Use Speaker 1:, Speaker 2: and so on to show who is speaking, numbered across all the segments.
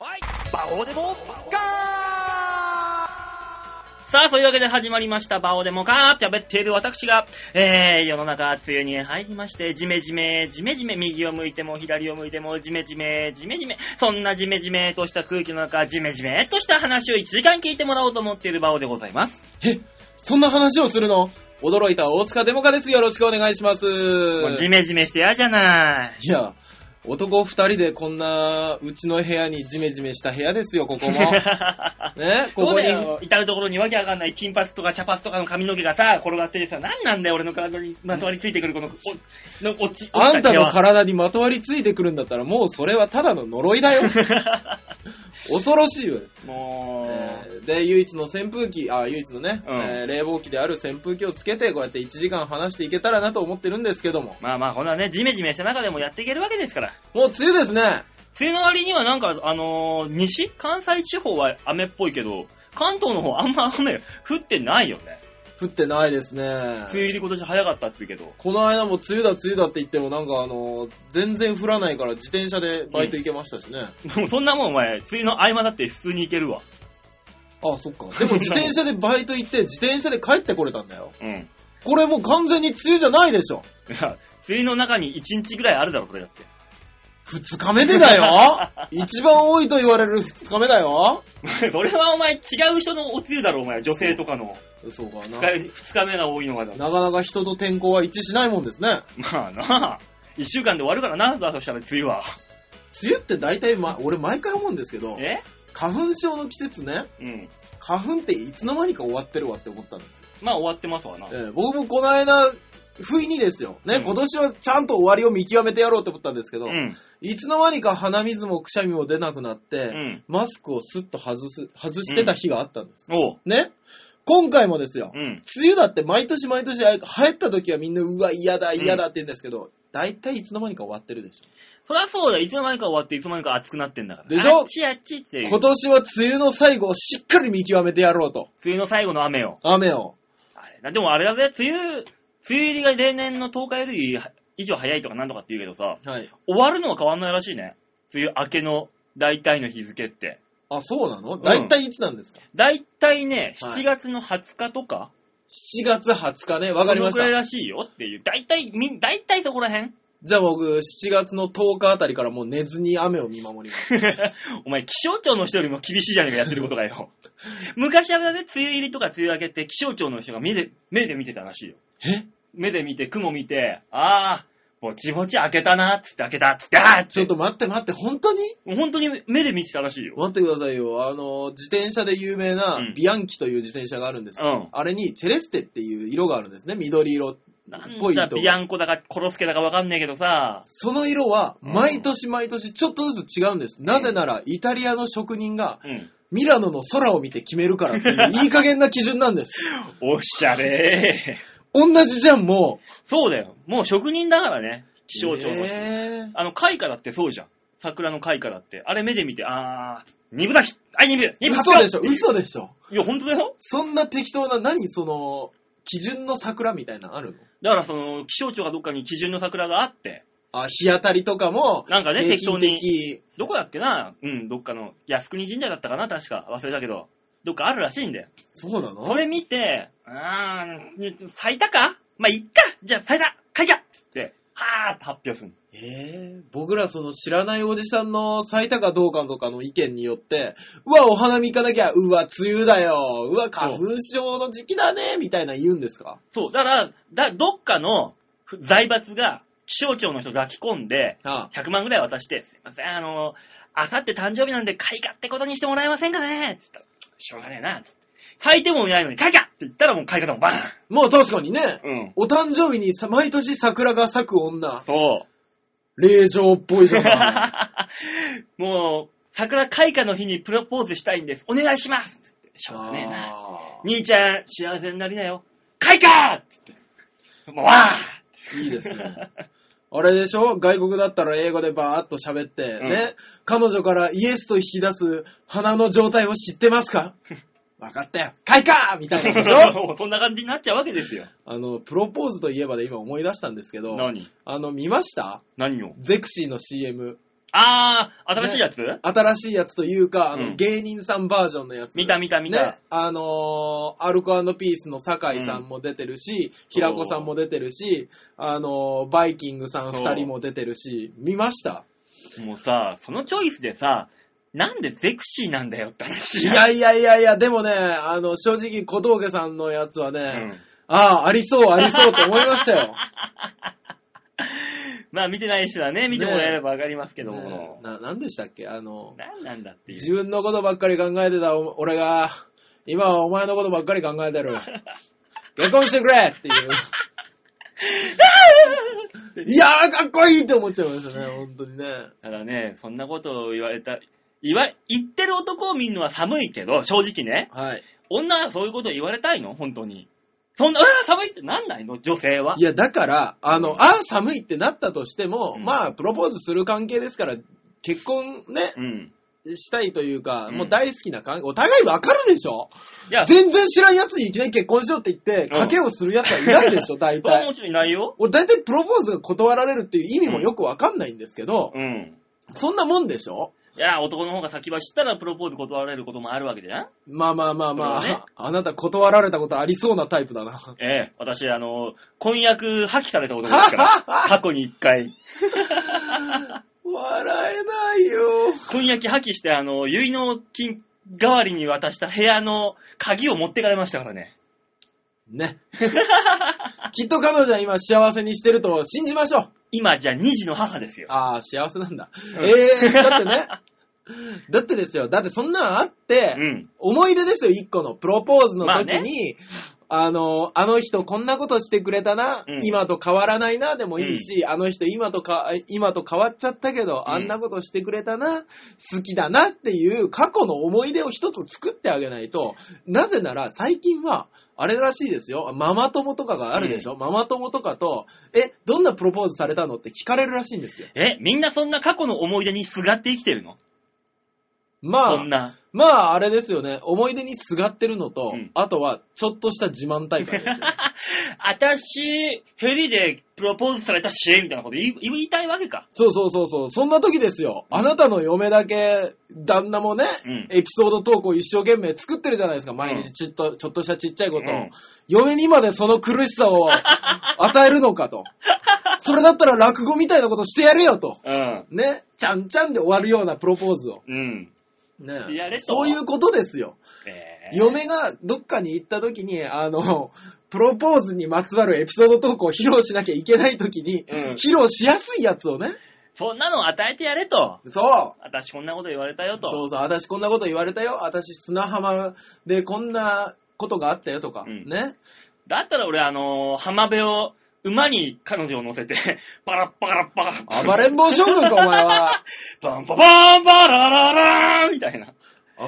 Speaker 1: バオデモカーさあ、そういうわけで始まりました。バオデモカーって喋っている私が、えー、世の中、梅雨に入りまして、ジメジメ、ジメジメ、右を向いても左を向いても、ジメジメ、ジメジメ、そんなジメジメとした空気の中、ジメジメとした話を1時間聞いてもらおうと思っているバオでございます。
Speaker 2: え、そんな話をするの驚いた大塚デモカです。よろしくお願いします。
Speaker 1: もうジメジメしてやじゃない。
Speaker 2: いや、男二人でこんな、うちの部屋にジメジメした部屋ですよ、こ こも。ね、こ
Speaker 1: こ
Speaker 2: こ
Speaker 1: こ
Speaker 2: に
Speaker 1: に。至るところにわけわかんない金髪とか茶髪とかの髪の毛がさ、転がっててさ、なんなんだよ俺の体にまとわりついてくるこの、お、の、落ち、落
Speaker 2: あ
Speaker 1: ちた
Speaker 2: んた
Speaker 1: 毛は
Speaker 2: の体にまとわりついてくるんだったら、もうそれはただの呪い だよ。恐ろしいよ。
Speaker 1: もう、
Speaker 2: えーで、唯一の扇風機、あ、唯一のね、
Speaker 1: うん
Speaker 2: えー冷房機である扇風機をつけて、こうやって1時間話していけたらなと思ってるんですけども。
Speaker 1: まあまあ、こんなね、ジメジメした中でもやっていけるわけですから。
Speaker 2: もう梅雨ですね。
Speaker 1: 梅雨の割にはなんか、あのー西関西地方は雨っぽいけど、関東の方あんま雨降ってないよね。
Speaker 2: 降ってないですね。
Speaker 1: 梅雨入り今年早かったっつうけど。
Speaker 2: この間も梅雨だ梅雨だって言ってもなんかあの、全然降らないから自転車でバイト行けましたしね。
Speaker 1: もうそんなもんお前、梅雨の合間だって普通に行けるわ。
Speaker 2: ああ、そっか。 でも自転車でバイト行って自転車で帰ってこれたんだよ。
Speaker 1: うん。
Speaker 2: これもう完全に梅雨じゃないでしょ。
Speaker 1: いや、梅雨の中に1日ぐらいあるだろ、それだって。
Speaker 2: 二日目でだよ一番多いと言われる二日目だよ
Speaker 1: それはお前違う人のおつゆだろ、お前。女性とかの。
Speaker 2: そうか
Speaker 1: 二
Speaker 2: な。
Speaker 1: 日二日目が多いのがだ。
Speaker 2: なかなか人と天候は一致しないもんですね。
Speaker 1: まあな一週間で終わるからな、だとしたら梅雨 は。
Speaker 2: 梅雨って大体、ま、俺毎回思うんですけど、
Speaker 1: え
Speaker 2: 花粉症の季節ね、
Speaker 1: うん。
Speaker 2: 花粉っていつの間にか終わってるわって思ったんですよ
Speaker 1: まあ終わってますわな。
Speaker 2: えー僕もこの間、不意にですよ。ね、
Speaker 1: うん
Speaker 2: 今年はちゃんと終わりを見極めてやろうと思ったんですけど、
Speaker 1: うん。
Speaker 2: いつの間にか鼻水もくしゃみも出なくなって、
Speaker 1: うん。
Speaker 2: マスクをスッと外す、外してた日があったんです。
Speaker 1: おう。
Speaker 2: ね今回もですよ、
Speaker 1: うん。
Speaker 2: 梅雨だって毎年毎年、あ流行った時はみんな、うわ、嫌だ、嫌だって言うんですけど、大体いつの間にか終わってるでしょ。
Speaker 1: そりゃそうだ、いつの間にか終わって、いつの間にか暑くなってんだから。
Speaker 2: でしょ
Speaker 1: あっちあっちっていう。
Speaker 2: 今
Speaker 1: 梅
Speaker 2: 年は梅雨の最後をしっかり見極めてやろうと。
Speaker 1: 雨の最後の雨よ。
Speaker 2: 雨を。
Speaker 1: あれだでもあれだぜ、梅雨、梅雨入りが例年の10日より以上早いとかなんとかって言うけどさ、
Speaker 2: はい。
Speaker 1: 終わるのは変わんないらしいね。梅雨明けの大体の日付って。
Speaker 2: あ、そうなの
Speaker 1: ん
Speaker 2: 大体いつなんですか、
Speaker 1: 大体ね、
Speaker 2: はい
Speaker 1: 7月の20日とか、
Speaker 2: ?7 月20日ね、わかりまし
Speaker 1: そのくら
Speaker 2: た
Speaker 1: い。らしいよっていう。大体、み、大体そこら 辺
Speaker 2: じゃあ僕、7月の10日あたりからもう寝ずに雨を見守ります。
Speaker 1: お前、気象庁の人よりも厳しいじゃねえか、やってることがよ。昔あれだね、梅雨入りとか梅雨明けって気象庁の人が目で、目で見てたらしいよ。
Speaker 2: え
Speaker 1: 目で見て、雲見て、あー、ぼちぼち開けたな、つって開けた、つって、あー
Speaker 2: ちょっと待って待って、本当に
Speaker 1: もう本当に目で見てたらしいよ。
Speaker 2: 待ってくださいよ。あの、自転車で有名な
Speaker 1: うん
Speaker 2: ビアンキという自転車があるんです。
Speaker 1: うん
Speaker 2: あれにチェレステっていう色があるんですね。緑色。
Speaker 1: なん
Speaker 2: ぽい
Speaker 1: だ、
Speaker 2: と
Speaker 1: ビアンコだか、コロスケだかわかんねえけどさ、
Speaker 2: その色は
Speaker 1: うん
Speaker 2: 毎年毎年ちょっとずつ違うんです。なぜならイタリアの職人が
Speaker 1: うん。
Speaker 2: ミラノの空を見て決めるからっていういい加減な基準なんです。
Speaker 1: おっしゃれー。
Speaker 2: 同じじゃん、もう。
Speaker 1: そうだよ。もう職人だからね、気象庁の人。
Speaker 2: えー
Speaker 1: あの、開花だってそうじゃん。桜の開花だって。あれ目で見て、あー、二分咲きはい、二分二分咲
Speaker 2: 嘘
Speaker 1: き
Speaker 2: でしょ、嘘でしょ。
Speaker 1: いや、本当だよ。
Speaker 2: そんな適当な、何その、基準の桜みたいなのあるの
Speaker 1: だから、その、気象庁がどっかに基準の桜があって、
Speaker 2: あ、日当たりとかも、
Speaker 1: なんかね、
Speaker 2: 平
Speaker 1: 適当
Speaker 2: 均
Speaker 1: に、
Speaker 2: 的。
Speaker 1: どこだっけなうん、どっかの、靖国神社だったかな確か。忘れたけど。どっかあるらしいんだよ。
Speaker 2: そうな
Speaker 1: そ
Speaker 2: の
Speaker 1: れ見て、あー、咲いたかまあ、いっかじゃあ、咲いた開花っつって、はーって発表するの。
Speaker 2: えー、僕らその知らないおじさんの咲いたかどうかとかの意見によって、うわ、お花見行かなきゃ、うわ、梅雨だよ、うわ、花粉症の時期だね、みたいな言うんですか
Speaker 1: そう。だから、だ、どっかの財閥が気象庁の人抱き込んで、
Speaker 2: あ
Speaker 1: 100万ぐらい渡して、すいません、あの、あさって誕生日なんで開花ってことにしてもらえませんかねつったら、しょうがねえな、つって。咲いてもいないのに開花って言ったらもう開花だもん、バー
Speaker 2: もう確かにね、
Speaker 1: ンうん。
Speaker 2: お誕生日にさ毎年桜が咲く女、
Speaker 1: そ
Speaker 2: 霊場っぽいじゃない。
Speaker 1: う。 もう、桜開花の日にプロポーズしたいんです。お願いしますつってしょう がねえな。
Speaker 2: あ
Speaker 1: 兄ちゃん、幸せになりなよ。開花って言って。もう、わー
Speaker 2: ーいいですね。あれでしょ外国だったら英語でバーっと喋って、
Speaker 1: うん
Speaker 2: ね。彼女からイエスと引き出す花の状態を知ってます か分かったよ。開花みたいなでしょ
Speaker 1: もう そんな感じになっちゃうわけですよ。
Speaker 2: あの、プロポーズといえばで今思い出したんですけど、
Speaker 1: 何
Speaker 2: あの、見ました
Speaker 1: 何を
Speaker 2: ゼクシーの CM。
Speaker 1: あー、新しいやつ、
Speaker 2: 新しいやつというか、あの、
Speaker 1: うん
Speaker 2: 芸人さんバージョンのやつ。
Speaker 1: 見た見た見た。
Speaker 2: ね、あのーアルコピースの酒井さんも出てるし、平子さんも出てるし、あのーバイキングさん2人も出てるし、見ました
Speaker 1: もうさ、そのチョイスでさ、なんでゼクシーなんだよって話
Speaker 2: いやいやいやいや、でもね、あの、正直小峠さんのやつはね、
Speaker 1: うん
Speaker 2: ああ、ありそう、ありそうって思いましたよ。
Speaker 1: まあ見てない人はね、見てもらえればわかり ますけど
Speaker 2: ね
Speaker 1: も。
Speaker 2: な、なんでしたっけあの、
Speaker 1: なんなんだってい
Speaker 2: 自
Speaker 1: う。
Speaker 2: 分のことばっかり考えてたお俺が、今はお前のことばっかり考え てる。結婚してくれっていう。 いやー、かっこいいって思っちゃいましたね、本当にね。
Speaker 1: ただね、そんなことを言われた、言わ、言ってる男を見るのは寒いけど、正直ね。
Speaker 2: はい。。
Speaker 1: 女はそういうこと言われたいの本当に。そんな、うわ寒いってなんないの女性はい
Speaker 2: や、だから、あの、あー、寒いってなったとしても、
Speaker 1: うん
Speaker 2: まあ、プロポーズする関係ですから、結婚ね
Speaker 1: う、ん。
Speaker 2: したいというか、
Speaker 1: うん
Speaker 2: もう大好きな関係、お互いわかるでしょ
Speaker 1: いや、そ
Speaker 2: 全然知らん奴にいきなり結婚しようって言って、賭けをする奴はいないでしょ、大
Speaker 1: れは
Speaker 2: 体
Speaker 1: も。ちろんいないよ。
Speaker 2: 俺大体プロポーズが断られるっていう意味もよくわかんないんですけど、
Speaker 1: うん。
Speaker 2: そんなもんでしょ
Speaker 1: いや、男の方が先は知ったらプロポーズ断られることもあるわけじゃん
Speaker 2: まあまあまあまあ、
Speaker 1: そうだね
Speaker 2: あなた断られたことありそうなタイプだな。
Speaker 1: ええ、私、あの、婚約破棄されたことですから、 過去に一回、
Speaker 2: 笑えないよ。
Speaker 1: 婚約破棄して、あの、結納金代わりに渡した部屋の鍵を持ってかれましたからね。
Speaker 2: ね。 きっと彼女は今幸せにしてると信じましょう。
Speaker 1: 今じゃ2児の母ですよ。
Speaker 2: ああ、幸せなんだ。
Speaker 1: うん
Speaker 2: ええー、だってね。だってですよ。だってそんなんあって、
Speaker 1: うん。
Speaker 2: 思い出ですよ、一個の。プロポーズの
Speaker 1: まあ
Speaker 2: 時
Speaker 1: ね
Speaker 2: に、あの、あの人こんなことしてくれたな、
Speaker 1: うん
Speaker 2: 今と変わらないな、でもいいし、あの人今とか、今と変わっちゃったけど、
Speaker 1: うん
Speaker 2: あんなことしてくれたな、好きだなっていう過去の思い出を一つ作ってあげないと、なぜなら最近は、あれらしいですよ。ママ友とかがあるでしょ、ママ友とかと、え、どんなプロポーズされたのって聞かれるらしいんですよ。
Speaker 1: え、みんなそんな過去の思い出にすがって生きてるの
Speaker 2: まあ
Speaker 1: そん、な。
Speaker 2: まあ、あれですよね。思い出にすがってるのと、
Speaker 1: うん
Speaker 2: あとは、ちょっとした自慢大会ですよ。
Speaker 1: 私、ヘリでプロポーズされたし、みたいなこと言い言いたいわけか。
Speaker 2: そうそうそうそう。そんな時ですよ。あなたの嫁だけ、旦那もね、
Speaker 1: うん
Speaker 2: エピソード投稿一生懸命作ってるじゃないですか。毎日ちょっと、ちょっとしたちっちゃいことを、
Speaker 1: うん
Speaker 2: 嫁にまでその苦し さを与えるのかと。それだったら落語みたいなことしてやれよと。
Speaker 1: うん。
Speaker 2: ね。ちゃんちゃんで終わるようなプロポーズを。
Speaker 1: うん。
Speaker 2: ね。
Speaker 1: やれと
Speaker 2: そういうことですよ。
Speaker 1: えー
Speaker 2: 嫁がどっかに行った時に、あの、プロポーズにまつわるエピソード投稿を披露しなきゃいけない時に、
Speaker 1: うん
Speaker 2: 披露しやすいやつをね。
Speaker 1: そんなの与えてやれと。
Speaker 2: そう
Speaker 1: 私こんなこと言われたよと。
Speaker 2: そうそう、私こんなこと言われたよ。私砂浜でこんなことがあったよとか、
Speaker 1: うん
Speaker 2: ね。
Speaker 1: だったら俺、あのー浜辺を、馬に彼女を乗せて、パラッパラッパラッパラッ
Speaker 2: 暴れん坊将軍か、お 前は。
Speaker 1: バンババンバラララーンみたいな。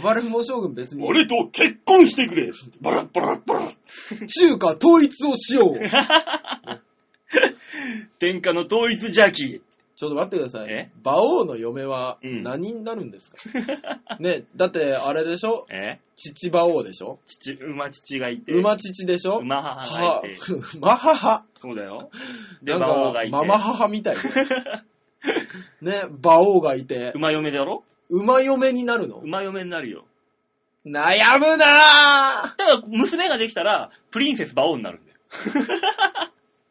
Speaker 2: 暴れん坊将軍別に。
Speaker 1: 俺と結婚してくれバラッパラッパラッ
Speaker 2: 中華統一をしよう。
Speaker 1: 天下の統一邪気。
Speaker 2: ちょっと待ってください
Speaker 1: え。
Speaker 2: 馬王の嫁は
Speaker 1: うん
Speaker 2: 何になるんですか、ね、だってあれでしょ
Speaker 1: え
Speaker 2: 父馬王でしょ
Speaker 1: 父、馬父がいて。
Speaker 2: 馬父でしょ
Speaker 1: 馬母がいて。
Speaker 2: は馬母。
Speaker 1: そうだよ。で、
Speaker 2: なん
Speaker 1: 馬王が
Speaker 2: か
Speaker 1: い、て。
Speaker 2: ママ母み たいな。ね、馬王がいて、
Speaker 1: 馬嫁だろ
Speaker 2: 馬嫁になるの
Speaker 1: 馬嫁になるよ。
Speaker 2: 悩むなぁ
Speaker 1: ただ、娘ができたら、プリンセス馬王になるんだよ。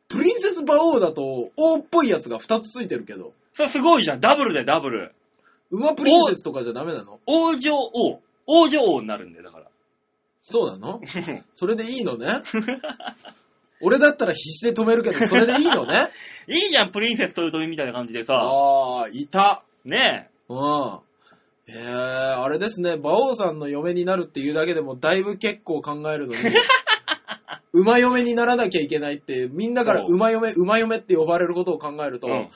Speaker 2: プリンセス馬王だと、王っぽいやつが2つついてるけど、
Speaker 1: それすごいじゃん。ダブルだよ、ダブル。
Speaker 2: 馬プリンセスとかじゃダメなの
Speaker 1: 王女王。王女王になるんだよ、だから。
Speaker 2: そうなのそれでいいのね俺だったら必死で止めるけど、それでいいの ね
Speaker 1: いいじゃん、プリンセス豊臣みたいな感じでさ。
Speaker 2: ああ、いた。
Speaker 1: ね
Speaker 2: うん。えー、あれですね、馬王さんの嫁になるっていうだけでも、だいぶ結構考え るのに、馬嫁にならなきゃいけないって、みんなから
Speaker 1: そう
Speaker 2: 馬嫁、馬嫁って呼ばれることを考える
Speaker 1: え。
Speaker 2: と、
Speaker 1: うん。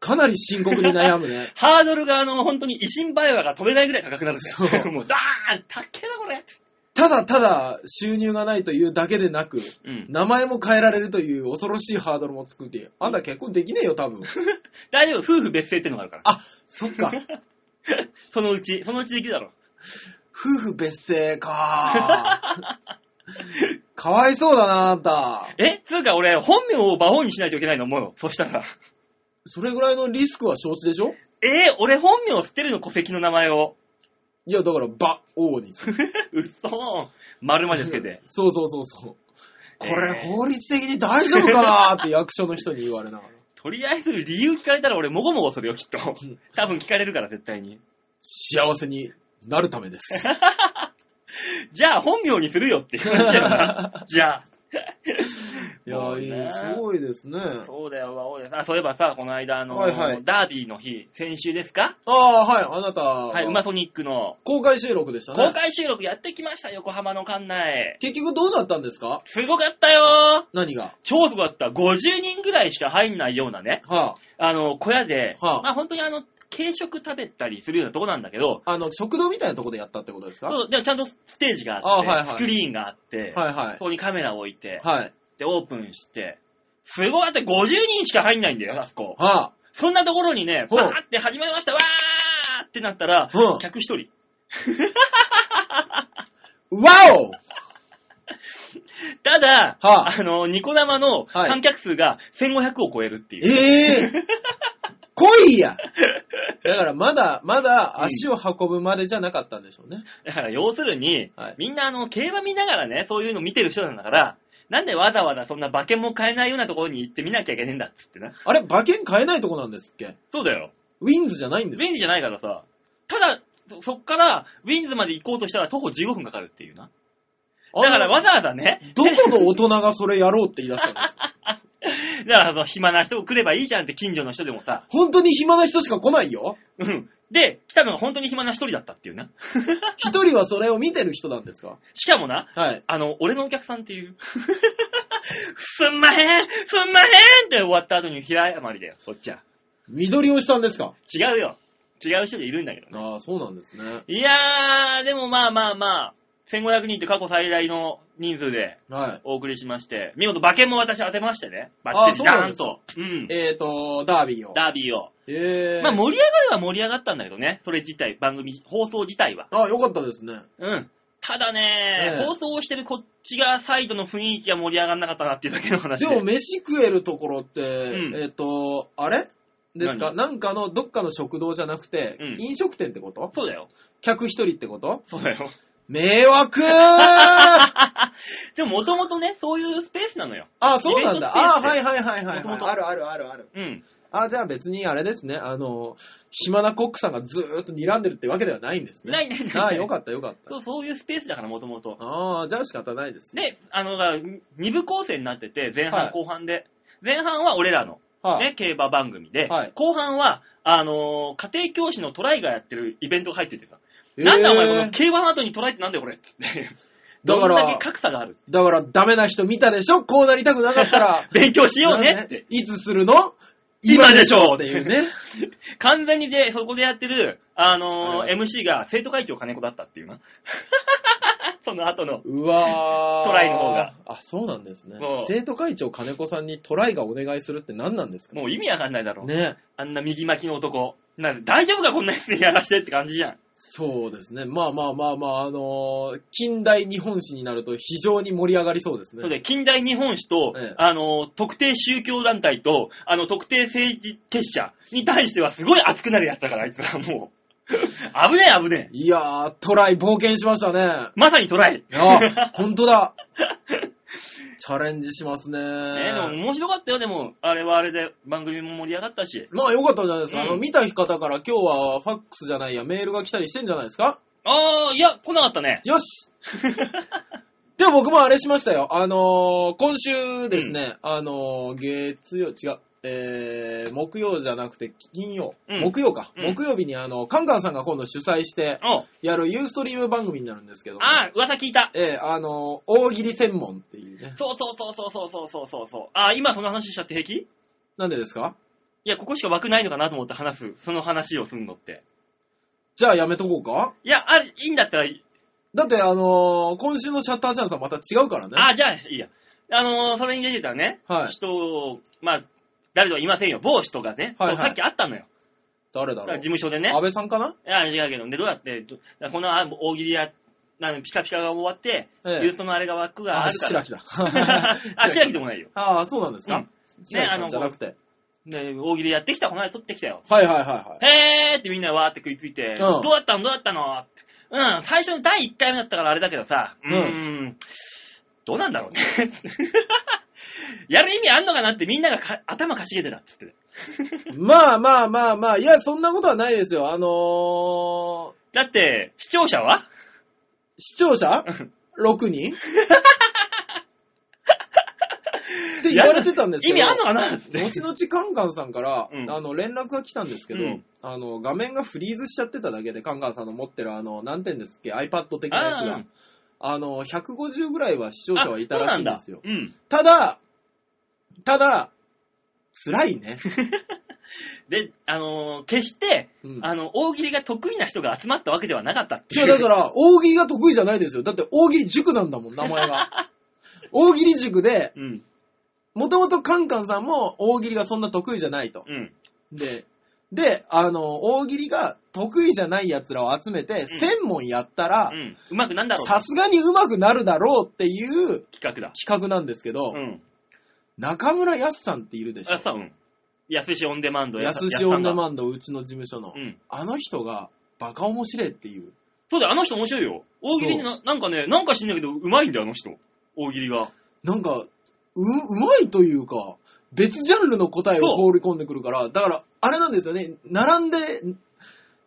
Speaker 2: かなり深刻に悩むね
Speaker 1: ハードルが、あの、本当に維新バイワが飛べないぐらい高くなるんだよ
Speaker 2: そう
Speaker 1: もう、ダーン高っけえな、これ
Speaker 2: ただただ収入がないというだけでなく、
Speaker 1: うん。
Speaker 2: 名前も変えられるという恐ろしいハードルも作って、あんた結婚できねえよ、多分。
Speaker 1: 大丈夫、夫婦別姓ってのがあるから。
Speaker 2: あ、そっか。
Speaker 1: そのうち、そのうちできるだろ。
Speaker 2: 夫婦別姓 か。かわいそうだな、あんた。
Speaker 1: えつうか、俺、本名を馬王にしないといけないの、もう。そしたら。
Speaker 2: それぐらいのリスクは承知でしょ
Speaker 1: えー、俺本名捨てるの戸籍の名前を。
Speaker 2: いや、だから、馬王にする。
Speaker 1: 嘘。丸までつけて。
Speaker 2: そうそうそうそう。これ
Speaker 1: えー
Speaker 2: 法律的に大丈夫かなって役所の人に言われな がら。
Speaker 1: とりあえず理由聞かれたら俺もごもごするよ、きっと
Speaker 2: ん。
Speaker 1: 多分聞かれるから、絶対に。
Speaker 2: 幸せになるため です。
Speaker 1: じゃあ本名にするよっていう話だよ な。じゃあ。
Speaker 2: いや
Speaker 1: もう
Speaker 2: ー、い
Speaker 1: ね
Speaker 2: い、すごいですね。
Speaker 1: そうだよ、青いですあ、そういえばさ、この間、あの、
Speaker 2: はいはい
Speaker 1: ダービーの日、先週ですか
Speaker 2: ああ、はい、あなたは、
Speaker 1: はい、ウマソニックの
Speaker 2: 公開収録でした
Speaker 1: 公
Speaker 2: ね。
Speaker 1: 開収録やってきました、横浜の館内。
Speaker 2: 結局どうなったんですか
Speaker 1: すごかったよー
Speaker 2: 何が
Speaker 1: 超すごかった。50人ぐらいしか入んないようなね、
Speaker 2: は
Speaker 1: あの、小屋で、
Speaker 2: はあ
Speaker 1: まあ本当にあの、軽食食べたりするようなとこなんだけど、
Speaker 2: あ、あの、食堂みたいなとこでやったってことですかは
Speaker 1: そうでもちゃんとステージが
Speaker 2: あ
Speaker 1: あって、
Speaker 2: はいはい
Speaker 1: スクリーンがあって、
Speaker 2: いは
Speaker 1: そこにカメラを置いて
Speaker 2: い。、はい。
Speaker 1: で、オープンして、すごかった。50人しか入んないんだよ、あそこ。
Speaker 2: は
Speaker 1: そんなところにね、
Speaker 2: ほう
Speaker 1: バーって始まりました、わーってなったら、
Speaker 2: うん
Speaker 1: 客一人。
Speaker 2: あ、わお
Speaker 1: ただ、
Speaker 2: は
Speaker 1: あの、ニコ生の
Speaker 2: はい
Speaker 1: 観客数が1500を超えるっていう。
Speaker 2: え え来いやだからまだ、まだ足を運ぶまでじゃなかったんでしょうね。
Speaker 1: だから要するに、
Speaker 2: はい
Speaker 1: みんなあの、競馬見ながらね、そういうの見てる人なんだから、なんでわざわざそんな馬券も買えないようなところに行って見なきゃいけねえんだっつってな。
Speaker 2: あれ、馬券買えないとこなんですっけ
Speaker 1: そうだよ。
Speaker 2: ウィンズじゃないん
Speaker 1: ウ
Speaker 2: です
Speaker 1: ィンズじゃないからさ、ただ、そそっから、ウィンズまで行こうとしたら徒歩15分かかるっていうな。
Speaker 2: あ
Speaker 1: だからわざわざね、
Speaker 2: どこの大人がそれやろうって言い出したん ですか
Speaker 1: だからその暇な人が来ればいいじゃんって近所の人でもさ、
Speaker 2: 本当に暇な人しか来ないよ。
Speaker 1: うん。で、来たのが本当に暇な一人だったっていうな。
Speaker 2: 一人はそれを見てる人なんですか
Speaker 1: しかもな、
Speaker 2: はい。
Speaker 1: あの、俺のお客さんっていう。すんまへんすんまへんって終わった後に平謝りだよ、こっちは。
Speaker 2: 緑押しさんですか
Speaker 1: 違うよ。違う人でいるんだけどね。
Speaker 2: ああ、そうなんですね。
Speaker 1: いやー、でもまあまあまあ、1500人って過去最大の人数で
Speaker 2: はい。
Speaker 1: お送りしまして、見事馬券も私当てましてね。バ
Speaker 2: あ
Speaker 1: ッチリ
Speaker 2: そうな
Speaker 1: ダ
Speaker 2: ん
Speaker 1: ー
Speaker 2: で
Speaker 1: ン
Speaker 2: すか
Speaker 1: と。うん。
Speaker 2: えーと、ダービーを。
Speaker 1: ダービーを。
Speaker 2: えー。
Speaker 1: まあ盛り上がりは盛り上がったんだけどね。それ自体、番組、放送自体は。
Speaker 2: ああ、よかったですね。
Speaker 1: うん。ただね、
Speaker 2: ええ
Speaker 1: 放送をしてるこっちがサイドの雰囲気が盛り上がんなかったなっていうだけの話で。
Speaker 2: でも、飯食えるところって、
Speaker 1: ん
Speaker 2: えっ、と、あれですか
Speaker 1: 何
Speaker 2: なんかの、どっかの食堂じゃなくて、
Speaker 1: うん
Speaker 2: 飲食店ってこと
Speaker 1: そうだよ。
Speaker 2: 客一人ってこと
Speaker 1: そうだよ。
Speaker 2: 迷惑あ、
Speaker 1: でも、もともとね、そういうスペースなのよ。
Speaker 2: そうな
Speaker 1: イベント
Speaker 2: んだ。
Speaker 1: スペース
Speaker 2: あはいはいはいはい、は
Speaker 1: 元
Speaker 2: い。
Speaker 1: 々
Speaker 2: あるあるあるある。
Speaker 1: うん。
Speaker 2: あじゃあ別にあれですね。あの、暇なコックさんがずーっと睨んでるってわけではないんですね。
Speaker 1: ないないない
Speaker 2: ああ、よかったよかった
Speaker 1: そ。う、そういうスペースだから、もともと。
Speaker 2: ああ、じゃあ仕方ないですね。
Speaker 1: で、あの、が二部構成になってて、前
Speaker 2: は
Speaker 1: 半
Speaker 2: い
Speaker 1: 後半で。前半は俺らの、
Speaker 2: はい。
Speaker 1: ね、競馬番組で、
Speaker 2: はい
Speaker 1: 後半は、あのー家庭教師のトライがやってるイベントが入っててさ、
Speaker 2: えー
Speaker 1: なんだお前、この競馬の後にトライってなんだよ、これっつって。
Speaker 2: だか
Speaker 1: どんだけ
Speaker 2: ら、
Speaker 1: 格差がある。。
Speaker 2: だからダメな人見たでしょこうなりたくなかったら
Speaker 1: 勉強 しようねって。
Speaker 2: いつするの
Speaker 1: 今でしょう
Speaker 2: っていうね。
Speaker 1: 完全にで、そこでやってる、あの
Speaker 2: あ
Speaker 1: ー MC が生徒会長金子だったっていうな。 その後の。
Speaker 2: うわー
Speaker 1: トライの方が。
Speaker 2: あ、そうなんですね
Speaker 1: そう。
Speaker 2: 生徒会長金子さんにトライがお願いするって何なんですか
Speaker 1: もう意味わかんないだろ。
Speaker 2: ね。
Speaker 1: あんな右巻きの男。なんで大丈夫かこんなやつにやらしてって感じじゃん。
Speaker 2: そうですね。まあまあまあまあ、あのー近代日本史になると非常に盛り上がりそうです
Speaker 1: それ
Speaker 2: ね。
Speaker 1: で、近代日本史と、
Speaker 2: ええ
Speaker 1: あの、特定宗教団体と、あの、特定政治結社に対してはすごい熱くなるやつだから、あいつらもう。 危ねえ、危ねえ。
Speaker 2: いやー、トライ冒険しましたね。
Speaker 1: まさにトライ。
Speaker 2: あ、本当だ。チャレンジしますね。
Speaker 1: ねえでも面白かったよ、でも、あれはあれで番組も盛り上がったし。
Speaker 2: まあよかったんじゃないですか。
Speaker 1: うん
Speaker 2: あの、見た方から今日はファックスじゃないや、メールが来たりしてんじゃないですか
Speaker 1: あー、いや、来なかった ね。
Speaker 2: よしでも僕もあれしましたよ。あのー今週ですね、あのー月曜、違う、えー、木曜じゃなくて金曜、
Speaker 1: うん
Speaker 2: 木曜か、
Speaker 1: うん
Speaker 2: 木曜日にあの、カンカンさんが今度主催して
Speaker 1: おう
Speaker 2: やるユーストリーム番組になるんですけど、
Speaker 1: あー、噂聞いた。
Speaker 2: えー、あのー大喜利専門っていうね。
Speaker 1: そうそうそうそうそうそうそうそうそう。あー、今その話しちゃって平気い
Speaker 2: なんでですか
Speaker 1: や、ここしか枠ないのかなと思って話す。その話をすんのって。
Speaker 2: じゃあやめとこうか
Speaker 1: いや、あれ、いいんだったら、
Speaker 2: だってあのー今週のシャッターチャンスはまた違うからね。
Speaker 1: あ、じゃあ、いいや。あのーそれに出てたね、
Speaker 2: はい
Speaker 1: 人を、まあ、誰とは言いませんよ、某人がね、
Speaker 2: はいはい
Speaker 1: そうさっき会ったのよ。
Speaker 2: 誰だ
Speaker 1: だから
Speaker 2: ろ
Speaker 1: 事
Speaker 2: う
Speaker 1: 務所でね。
Speaker 2: 安倍さんかない
Speaker 1: や、違うけど、で、どうやって、どこのあ大喜利や、なんピカピカが終わって、
Speaker 2: ええ
Speaker 1: ユーストのあれが枠があ
Speaker 2: あ、
Speaker 1: るか
Speaker 2: 白
Speaker 1: ら。
Speaker 2: 木だ
Speaker 1: 。あ、白木でもないよ。
Speaker 2: ああ、そうなんです
Speaker 1: う
Speaker 2: か、
Speaker 1: ん
Speaker 2: 白木さ
Speaker 1: あの
Speaker 2: んじゃなくて。
Speaker 1: ね、大喜利やってきた、この間撮ってきたよ。
Speaker 2: はいはいはいは
Speaker 1: へーってみんなわーって食いついて、
Speaker 2: ん
Speaker 1: どうやったのどうやったのって。うん、最初の第1回目だったからあれだけどさ、うーん、どうなんだろうね。 やる意味あんのかなってみんながか頭かしげてたっつって。
Speaker 2: い。まあまあまあまあ、いや、そんなことはないですよ。あのー、
Speaker 1: だって、視聴者は
Speaker 2: 視聴者
Speaker 1: うん
Speaker 2: ?6 人って言われてたんですけ
Speaker 1: 意
Speaker 2: ど。
Speaker 1: 味あんのかなっつって。
Speaker 2: 後々カンカンさんから、
Speaker 1: うん
Speaker 2: あの連絡が来たんですけど、
Speaker 1: うん
Speaker 2: あの画面がフリーズしちゃってただけでカンカンさんの持ってるあの何点ですっけ iPad 的なやつ
Speaker 1: あーう
Speaker 2: が
Speaker 1: ん
Speaker 2: あの150ぐらいは視聴者はいたらしいんですよ
Speaker 1: あそうなんだうん。
Speaker 2: ただただ辛いね、
Speaker 1: で、あのー決して、
Speaker 2: うん、
Speaker 1: あの、大喜利が得意な人が集まったわけではなかったってい。
Speaker 2: そううだから大喜利が得意じゃないですよだって大喜利塾なんだもん名 前が大喜利塾で
Speaker 1: うん、
Speaker 2: もともとカンカンさんも大喜利がそんな得意じゃないと
Speaker 1: うん。
Speaker 2: で、で、あの、大喜利が得意じゃない奴らを集めて、1000問やったら
Speaker 1: う、ん。うまくなんだろう
Speaker 2: さすがに上手くなるだろうっていう
Speaker 1: 企画だ。
Speaker 2: 企画なんですけど、
Speaker 1: うん。
Speaker 2: 中村康さんっているでし
Speaker 1: あ、
Speaker 2: ょ。
Speaker 1: そう、うん。安しオンデマンド。
Speaker 2: 安しオンデ
Speaker 1: ン
Speaker 2: マンド、うちの事務所の。
Speaker 1: ド。うん。
Speaker 2: あの人が、バカ面白いっていう。
Speaker 1: そうだよ、あの人面白いよ。大喜利な、なんかね、なんか知んないけど、うまいんだよ、あの人。大喜利が。
Speaker 2: なんか、う、うまいというか、別ジャンルの答えを放り込んでくるから、だから、あれなんですよね、並んで、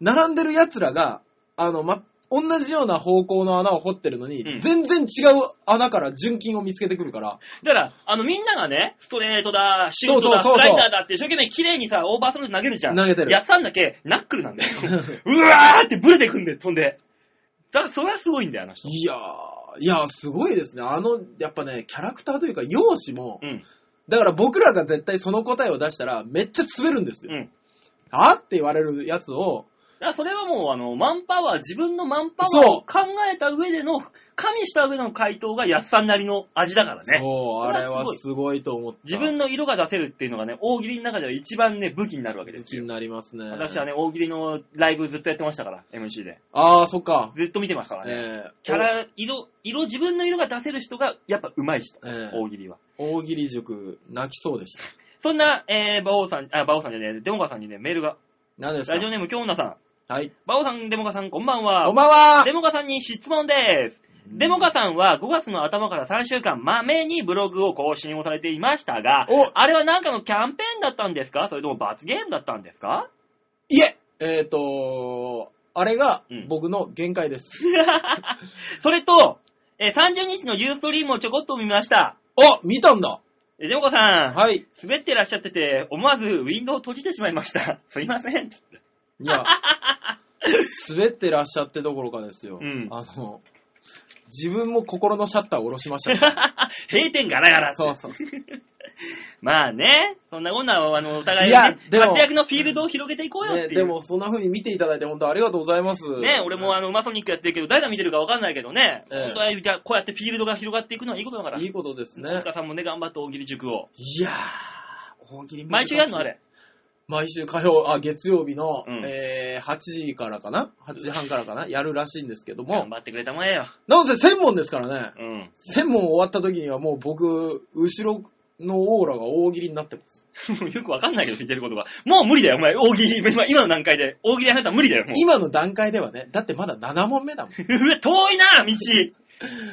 Speaker 2: 並んでる奴らが、あの、ま、同じような方向の穴を掘ってるのに、
Speaker 1: うん
Speaker 2: 全然違う穴から純金を見つけてくるから、
Speaker 1: だから、あの、みんながね、ストレートだ、シュートだ、ス
Speaker 2: そうそうそうそう
Speaker 1: ライダーだって一生懸命綺麗にさ、オーバーソロで投げるじゃん。
Speaker 2: 投げてる
Speaker 1: やっさんだけ、ナックルなんだ よ。うわーってブレてくんで、飛んで。だから、それはすごいんだよ、あの人。
Speaker 2: いやー、いやー、すごいですね。あの、やっぱね、キャラクターというか、容姿も、
Speaker 1: うん。
Speaker 2: だから僕らが絶対その答えを出したら、めっちゃ滑るんですよ。
Speaker 1: うん。
Speaker 2: あって言われるやつを、
Speaker 1: だからそれはもう、あの、マンパワー、自分のマンパワー
Speaker 2: そ
Speaker 1: を考えた上での、加味した上での回答がやっさんなりの味だからね。
Speaker 2: そう、あ
Speaker 1: それはすご
Speaker 2: れ
Speaker 1: い
Speaker 2: はすごいと思った。
Speaker 1: 自分の色が出せるっていうのがね、大喜利の中では一番ね、武器になるわけで
Speaker 2: 武
Speaker 1: す
Speaker 2: 器に
Speaker 1: よ。
Speaker 2: なりますね。
Speaker 1: 私はね、大喜利のライブずっとやってましたから、MC で。
Speaker 2: ああ、そっか。
Speaker 1: ずっと見てますからね。
Speaker 2: えー
Speaker 1: キャラ、色、色、自分の色が出せる人が、やっぱ上手い人。
Speaker 2: えー
Speaker 1: 大喜利は。
Speaker 2: 大喜利塾、泣きそうでした。
Speaker 1: そんな、えー、馬王さん、あ、馬王さんじゃねえ、デモカさんにね、メールが。
Speaker 2: 何です
Speaker 1: ラジオ
Speaker 2: か
Speaker 1: ネーム、京女さん。
Speaker 2: はい。
Speaker 1: 馬王さん、デモカさん、こんばんは。
Speaker 2: こんばんは
Speaker 1: デモカさんに質問です。デモカさんは5月の頭から3週間、まめにブログを更新をされていましたが、
Speaker 2: お
Speaker 1: あれはなんかのキャンペーンだったんですかそれとも罰ゲームだったんですか
Speaker 2: いええっ、とあれが
Speaker 1: うん
Speaker 2: 僕の限界です。
Speaker 1: それと、えー30日のユーストリームをちょこっと見ました。
Speaker 2: あ見たんだ
Speaker 1: えーデモカさん、
Speaker 2: はい。
Speaker 1: 滑ってらっしゃってて、思わずウィンドウを閉じてしまいました。 すいません。
Speaker 2: いや、滑ってらっしゃってどころかですよ。
Speaker 1: うん
Speaker 2: あの、自分も心のシャッターを下ろしました、ね。
Speaker 1: 閉店ガラガラ。
Speaker 2: そうそうそう。
Speaker 1: まあね、そんなこんな、あの、お互い,、
Speaker 2: い
Speaker 1: ね
Speaker 2: や、でも
Speaker 1: 活躍のフィールドを広げていこうよってい
Speaker 2: ね
Speaker 1: う。
Speaker 2: でも、そんな風に見ていただいて本当ありがとうございます。
Speaker 1: ね、俺もあの、マソニックやってるけど、誰が見てるかわかんないけどね、
Speaker 2: ええ
Speaker 1: 本当はじゃあこうやってフィールドが広がっていくのはいいことだから。
Speaker 2: いいことです
Speaker 1: 大
Speaker 2: ね。
Speaker 1: 塚さんもね、頑張って大喜利塾を。
Speaker 2: いやー、大喜利難
Speaker 1: 毎
Speaker 2: しい
Speaker 1: 週やるのあれ。
Speaker 2: 毎週火曜、あ、月曜日の、
Speaker 1: うん
Speaker 2: えー、8時からかな ?8 時半からかなやるらしいんですけども
Speaker 1: 頑。張ってくれたまえよ。
Speaker 2: なので1000問ですからね。
Speaker 1: うん。
Speaker 2: 1000問終わった時にはもう僕、後ろのオーラが大喜利になってます。
Speaker 1: よくわかんないけど、言ってることが。もう無理だよ、お前。大喜利、今今の段階で。大喜利あなた無理だよ、もう。
Speaker 2: 今の段階ではね、だってまだ7問目だもん。
Speaker 1: うわ 遠いな、道。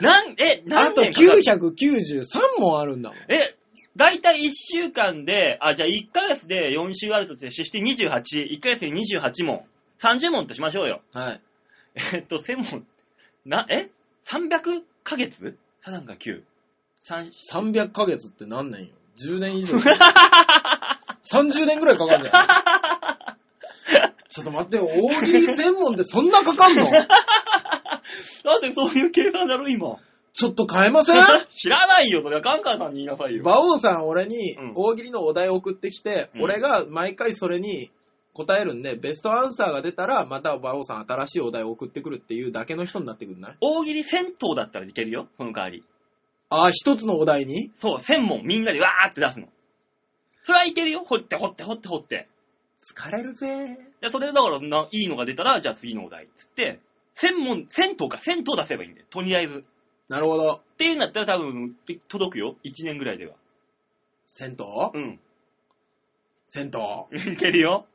Speaker 1: なん、え、
Speaker 2: あ
Speaker 1: 何
Speaker 2: と
Speaker 1: 年かかる
Speaker 2: 993問あるんだもん。
Speaker 1: え、だいたい1週間で、あ、じゃあ1ヶ月で4週あるとして、して28、1ヶ月で28問、30問としましょうよ。
Speaker 2: はい。
Speaker 1: えっと、1000問、な、え ?300 ヶ月サザンが9。三
Speaker 2: 300ヶ月って何年よ ?10 年以上。30年ぐらいかかるんじゃないちょっと待ってよ、大喜利専門ってそんなかかん の
Speaker 1: だってそういう計算だろ、今。
Speaker 2: ちょっと変えません
Speaker 1: 知らないよ、それはカンカンさんに言いなさいよ。
Speaker 2: 馬王さん俺に
Speaker 1: うん
Speaker 2: 大喜利のお題を送ってきて、
Speaker 1: うん
Speaker 2: 俺が毎回それに答えるんで、ベストアンサーが出たら、また馬王さん新しいお題を送ってくるっていうだけの人になってくんない
Speaker 1: 大喜利1000頭だったらいけるよ、その代わり。
Speaker 2: ああ、一つのお題に
Speaker 1: そう、1000問みんなでわーって出すの。それはいけるよ、掘って掘って掘って掘って。
Speaker 2: 疲れるぜ。
Speaker 1: で、それだからな、いいのが出たら、じゃあ次のお題。つって、千問、千頭か、千頭出せばいいんだよ。とりあえず。っ
Speaker 2: なるほど。
Speaker 1: ていうんだったら多分、届くよ。1年ぐらいでは。
Speaker 2: 銭湯
Speaker 1: うん。
Speaker 2: 銭 湯。
Speaker 1: いけるよ。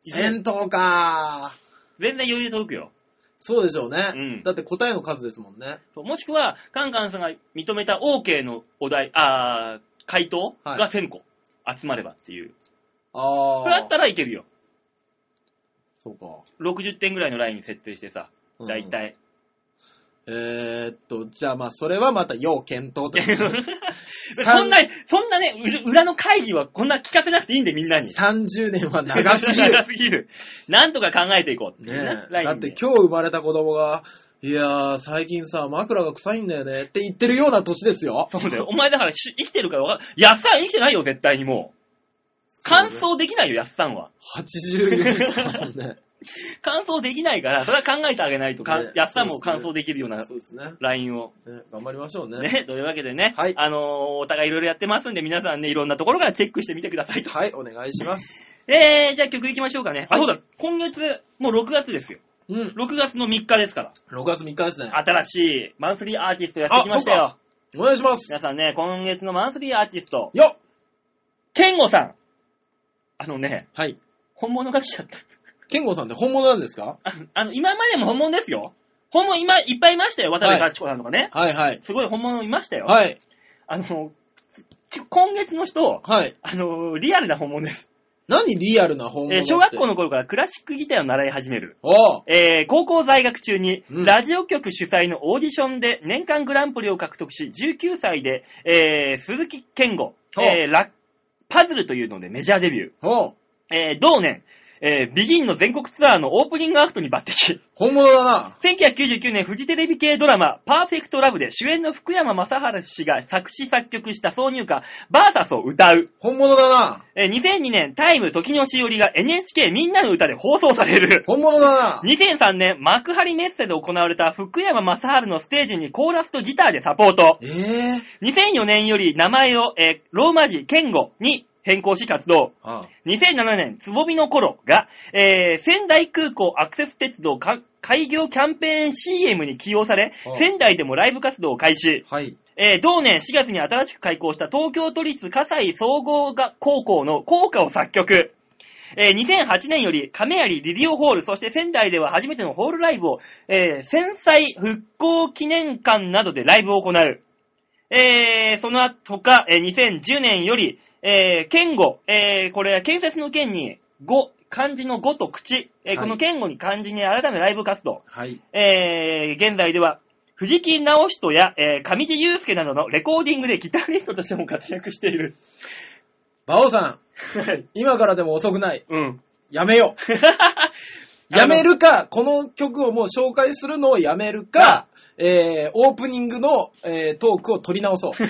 Speaker 2: 銭湯か
Speaker 1: 全然余裕で届くよ。
Speaker 2: そうでしょうね、
Speaker 1: うん
Speaker 2: だって答えの数ですもんね。
Speaker 1: そうもしくは、カンカンさんが認めた OK のお題、あー回答
Speaker 2: はい
Speaker 1: が1000個集まればっていう。
Speaker 2: ああ。
Speaker 1: こ れあったらいけるよ。
Speaker 2: そうか。
Speaker 1: 60点ぐらいのラインに設定してさ、
Speaker 2: うん
Speaker 1: 大体。
Speaker 2: えー、っと、じゃあまあ、それはまた要検討というこ とで。
Speaker 1: そんな、そんなね、う裏の会議はこんな聞かせなくていいんで、みんな に。
Speaker 2: 30年は長すぎる。
Speaker 1: 長すぎる。なんとか考えていこうっていう
Speaker 2: ね
Speaker 1: ね。
Speaker 2: え。
Speaker 1: ライ
Speaker 2: だっ
Speaker 1: ンで
Speaker 2: て今日生まれた子供が、いやー、最近さ、枕が臭いんだよねって言ってるような年ですよ。
Speaker 1: そうだよ。お前だからし生きてるからわかやっさん生きてないよ、絶対にもう。乾燥できないよ、やっさんは。
Speaker 2: 84だもんね。
Speaker 1: 乾燥できないから、それは考えてあげないと か、
Speaker 2: ね
Speaker 1: やっさんも
Speaker 2: そうです
Speaker 1: 乾
Speaker 2: ね
Speaker 1: 燥できるような
Speaker 2: そうですね
Speaker 1: ラインを。
Speaker 2: ね頑張りましょうね。
Speaker 1: ね、というわけでね、
Speaker 2: はい
Speaker 1: あのーお互いいろいろやってますんで、皆さんね、いろんなところからチェックしてみてくださ いと。
Speaker 2: はい、お願いします。
Speaker 1: えー、じゃあ曲いきましょうかね。あ、
Speaker 2: はい
Speaker 1: そうだ、今月、もう6月ですよ。
Speaker 2: うん。
Speaker 1: 6月の3日ですから、
Speaker 2: 6月3日ですね。
Speaker 1: 新しいマンスリーアーティストやってきました
Speaker 2: あ
Speaker 1: よ。
Speaker 2: お願いします。
Speaker 1: 皆さんね、今月のマンスリーアーティスト、
Speaker 2: よっ
Speaker 1: ケンゴさん。あのね、
Speaker 2: はい。
Speaker 1: 本物が来ちゃった。
Speaker 2: ケンゴさんって本物なんですか
Speaker 1: ああの、今までも本物ですよ。本物今、いっぱいいましたよ。渡辺
Speaker 2: はい
Speaker 1: 幸子さんとかね。
Speaker 2: はいはい。
Speaker 1: すごい本物いましたよ。
Speaker 2: はい。
Speaker 1: あの、き今月の人、
Speaker 2: はい。
Speaker 1: あの、リアルな本物です。
Speaker 2: 何リアルな本物
Speaker 1: え
Speaker 2: っ
Speaker 1: ー
Speaker 2: て
Speaker 1: 小学校の頃からクラシックギターを習い始める。
Speaker 2: おう
Speaker 1: えー高校在学中に、
Speaker 2: うん
Speaker 1: ラジオ局主催のオーディションで年間グランプリを獲得し、19歳で、えー鈴木健吾、
Speaker 2: お
Speaker 1: えーラパズルというのでメジャーデビュー。
Speaker 2: おう
Speaker 1: えー同年、えービギンの全国ツアーのオープニングアクトに抜擢。
Speaker 2: 本物だな。
Speaker 1: 1999年フジテレビ系ドラマ、パーフェクトラブで主演の福山雅治氏が作詞作曲した挿入歌、バーサスを歌う。
Speaker 2: 本物だな。
Speaker 1: えー2002年、タイム時のしおりが NHK みんなの歌で放送される。
Speaker 2: 本物だな。
Speaker 1: 2003年、幕張メッセで行われた福山雅治のステージにコーラスとギターでサポート。
Speaker 2: ええ
Speaker 1: 2004年より名前を、えーローマ字、ケンゴに変更し活動。
Speaker 2: ああ
Speaker 1: 2007年、つぼみの頃が、えー仙台空港アクセス鉄道か開業キャンペーン CM に起用され
Speaker 2: あ、
Speaker 1: 仙台でもライブ活動を開始。
Speaker 2: はい。
Speaker 1: えー同年4月に新しく開校した東京都立葛西総合が高校の校歌を作曲。えー2008年より亀有リリオホール、そして仙台では初めてのホールライブを、えー、戦災復興記念館などでライブを行う。えーその他、えー2010年より、えー、剣語、えーこれ、建設の剣に、語、漢字の語と口、えー
Speaker 2: はい
Speaker 1: この剣語に漢字に改めライブ活動。
Speaker 2: はい。
Speaker 1: えー現在では、藤木直人や、えー上地雄介などのレコーディングでギタリストとしても活躍している。
Speaker 2: バオさん、
Speaker 1: はい。
Speaker 2: 今からでも遅くない。
Speaker 1: うん。
Speaker 2: やめよ う。やめるか、この曲をもう紹介するのをやめるか、えー、オープニングの、えー、トークを取り直そう。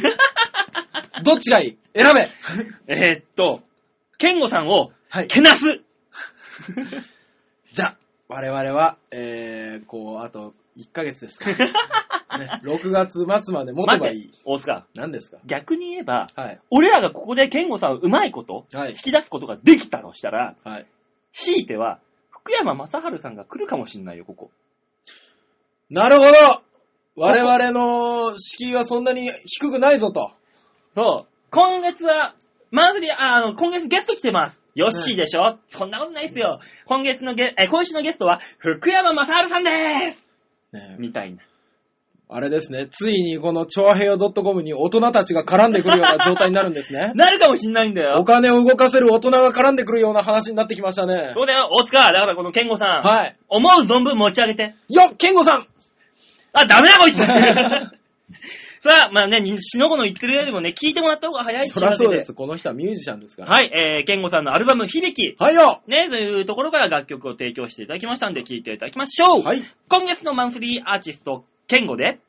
Speaker 2: どっちがいい選べ
Speaker 1: えーっと、健吾さんを、
Speaker 2: はい。
Speaker 1: けなす
Speaker 2: じゃあ、我々は、えー、こう、あと1ヶ月 ですか。ね、6月末まで持て
Speaker 1: 待
Speaker 2: ば
Speaker 1: っ
Speaker 2: い
Speaker 1: て
Speaker 2: い。、
Speaker 1: 大塚。
Speaker 2: 何ですか
Speaker 1: 逆に言えば、
Speaker 2: はい。
Speaker 1: 俺らがここで健吾さんをうまいこと、
Speaker 2: はい
Speaker 1: 引き出すことができたとしたら、
Speaker 2: はい。
Speaker 1: ひいては、福山雅治さんが来るかもしんないよ、ここ。
Speaker 2: なるほど我々の敷居はそんなに低くないぞと。
Speaker 1: そう。今月は、マンスリー、ああの、今月ゲスト来てます。ヨッシーでしょ、そんなことないっすよ。今月のゲ、え、今週のゲストは、福山雅治さんでーす
Speaker 2: ね
Speaker 1: みたいな。
Speaker 2: あれですね、ついにこの超平洋 .com に大人たちが絡んでくるような状態になるんですね。
Speaker 1: なるかもしんないんだ
Speaker 2: お
Speaker 1: よ。
Speaker 2: 金を動かせる大人が絡んでくるような話になってきましたね。
Speaker 1: そうだよ、大塚。だからこの健吾さん。
Speaker 2: はい。
Speaker 1: 思う存分持ち上げて。
Speaker 2: よっ、ケンゴさん
Speaker 1: あ、ダメだこ いつ さあ、まあね、しのごの言ってるよりもね、聞いてもらった方が早いってい
Speaker 2: そ
Speaker 1: わけ
Speaker 2: らそうです。この人はミュージシャンですから。
Speaker 1: はい、えー、健吾さんのアルバム、響き。
Speaker 2: はいよ
Speaker 1: ね、というところから楽曲を提供していただきましたんで、聴いていただきましょう。
Speaker 2: はい。
Speaker 1: 今月のマンスリーアーティスト、ケンゴで、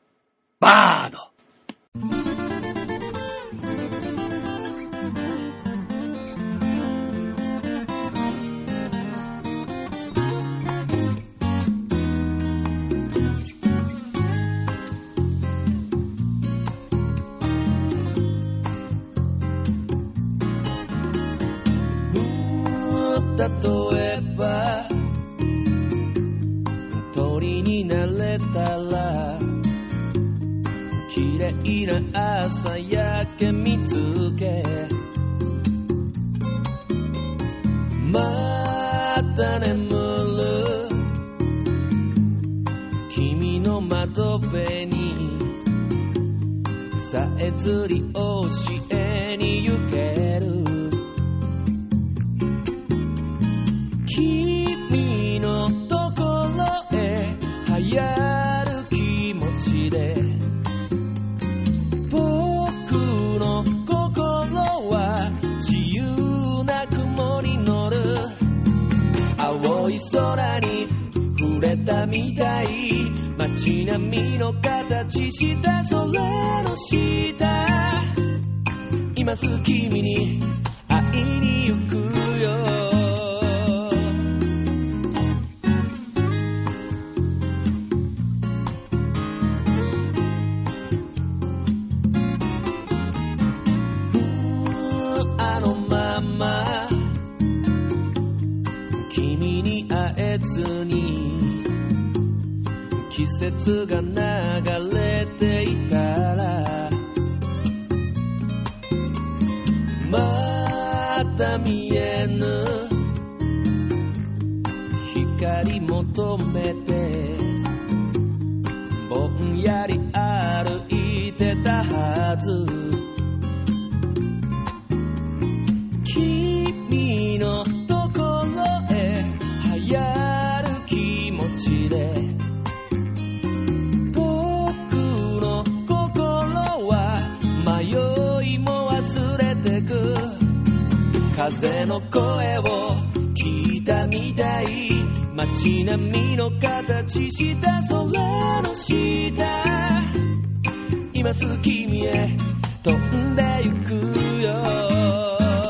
Speaker 1: バード。
Speaker 3: 例えば鳥になれたら綺麗な朝焼け見つけ窓辺にさえずり教えに行ける君のところへ流行る気持ちで僕の心は自由な雲に乗る青い空に触れたみたい街並みの形したそれの下今すぐ君に会いに行くよあのまま君に会えずに季節が流れていたらまた見えぬ光求めてぼんやり歩いてたはず君のところへ流行る気持ちで僕の心は迷いも忘れてく風の声を聞いたみたい街並みの形した空の下今すぐ君へ飛んでゆくよ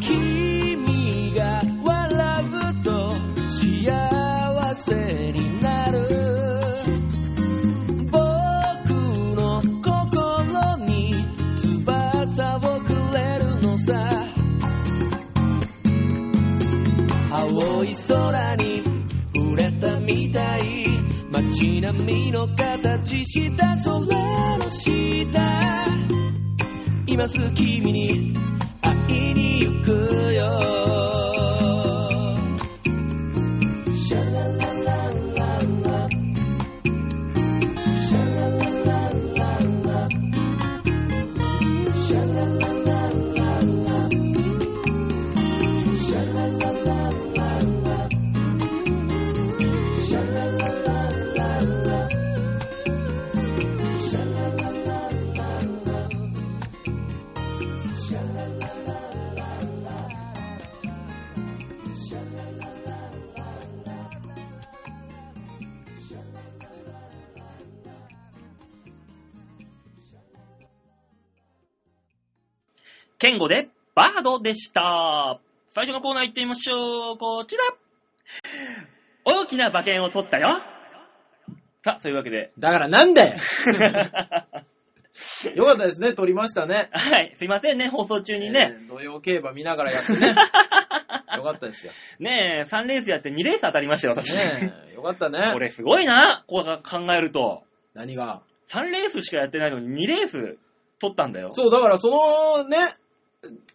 Speaker 3: 君が笑うと幸せになる僕の心に翼をくれるのさ青い空に触れたみたい街並みの形した空の下今すぐ君に会いに行くよシャラララララシャラララララシャラララララシャラララララシャラララララシャラララララ
Speaker 1: ケンゴでバードでした。最初のコーナー行ってみましょう。こちら。大きな馬券を取ったよ。さあ、そういうわけ で。
Speaker 2: だからな んで
Speaker 1: は
Speaker 2: よかったですね、撮りましたね。
Speaker 1: い。すいませんね、放送中にね。
Speaker 2: えー土曜競馬見ながらやっ てね。よかったですよ。
Speaker 1: ねえ、3レースやって2レース当たりましたよ、私。
Speaker 2: ねえ、よかった
Speaker 1: こ
Speaker 2: ね。
Speaker 1: れすごいな、こう考えると。
Speaker 2: 何が
Speaker 1: 3レースしかやってないのに2レース取ったんだよ。
Speaker 2: そう、だからそのね、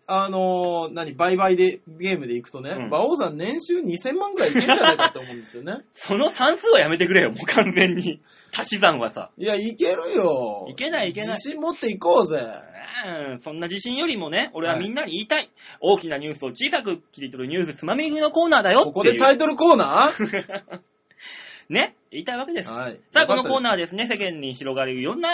Speaker 2: あのー何、売買で、ゲームでいくとね、
Speaker 1: うん
Speaker 2: 馬王さん年収2000万ぐらいいけるんじゃないかって思うんです よね。
Speaker 1: その算数はやめてくれよ、もう完全に。足し算はさ。
Speaker 2: いや、いけるよ。
Speaker 1: いけないいけない
Speaker 2: 自信持っていこうぜ。
Speaker 1: うんそんな自信よりもね、俺はみんなに言いたい。大きなニュースを小さく切り取るニュースつまみ食いのコーナーだよっていう。
Speaker 2: ここでタイトルコー ナー
Speaker 1: ね、言いたいわけです。
Speaker 2: はい。
Speaker 1: さあ、このコー
Speaker 2: ー。
Speaker 1: ナーですね、世間に広がるいろんな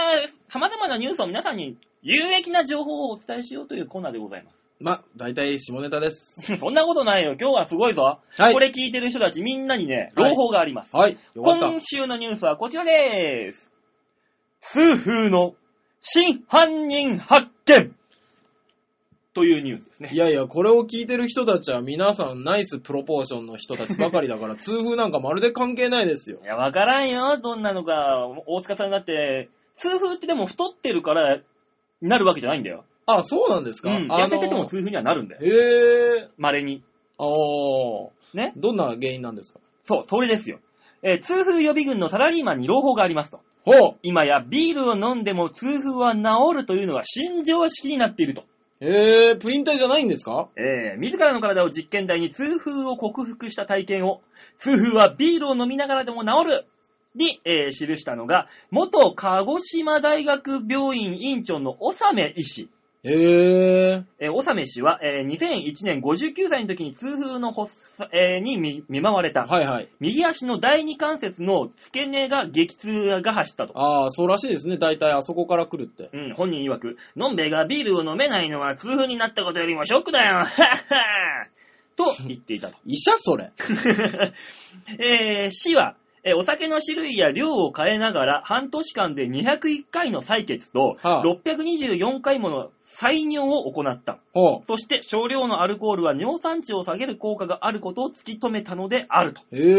Speaker 1: 様々なニュースを皆さんに有益な情報をお伝えしようというコーナーでございま
Speaker 2: ま、大体下ネタです。
Speaker 1: す。そんなことないよ、今日はすごいぞ。
Speaker 2: はい
Speaker 1: これ聞いてる人たちみんなにね、
Speaker 2: はい
Speaker 1: 朗報があります。
Speaker 2: はい。よかった
Speaker 1: 今。週のニュースはこちらでーす。数風の真犯人発見というニュースですね
Speaker 2: い。やいや、これを聞いてる人たちは皆さんナイスプロポーションの人たちばかりだから、痛風なんかまるで関係ないですよ
Speaker 1: い。や、わからんよ、どんなのか。大塚さんだって、痛風ってでも太ってるから、なるわけじゃないんだよ。
Speaker 2: あ、そうなんです
Speaker 1: う
Speaker 2: か、
Speaker 1: ん。
Speaker 2: あの
Speaker 1: 痩せてても痛風にはなるんだよ。
Speaker 2: へえ。
Speaker 1: 稀に。
Speaker 2: あー。
Speaker 1: ね。
Speaker 2: どんな原因なんですか
Speaker 1: そう、それですよ。えー痛風予備軍のサラリーマンに朗報がありますと。
Speaker 2: ほう
Speaker 1: 今やビールを飲んでも痛風は治るというのは新常識になっていると。
Speaker 2: えー、プリン体じゃないんですか
Speaker 1: えー、自らの体を実験台に痛風を克服した体験を、痛風はビールを飲みながらでも治るに、えー記したのが、元鹿児島大学病院院長の納め医師。
Speaker 2: えー。
Speaker 1: えー、納め氏は、えー2001年59歳の時に痛風の発作、えーに見見舞われた。
Speaker 2: はいはい。
Speaker 1: 右足の第二関節の付け根が激痛が走ったと。
Speaker 2: あー、そうらしいですね。大体あそこから来るって。
Speaker 1: うん、本人曰く、のんべえがビールを飲めないのは痛風になったことよりもショックだよ はっはと言っていたと。
Speaker 2: 医者それ。
Speaker 1: えー、市は、えーお酒の種類や量を変えながら、半年間で201回の採血と、
Speaker 2: はあ
Speaker 1: 624回もの採尿を行った。
Speaker 2: ほう。
Speaker 1: そして、少量のアルコールは尿酸値を下げる効果があることを突き止めたのであると。
Speaker 2: えー。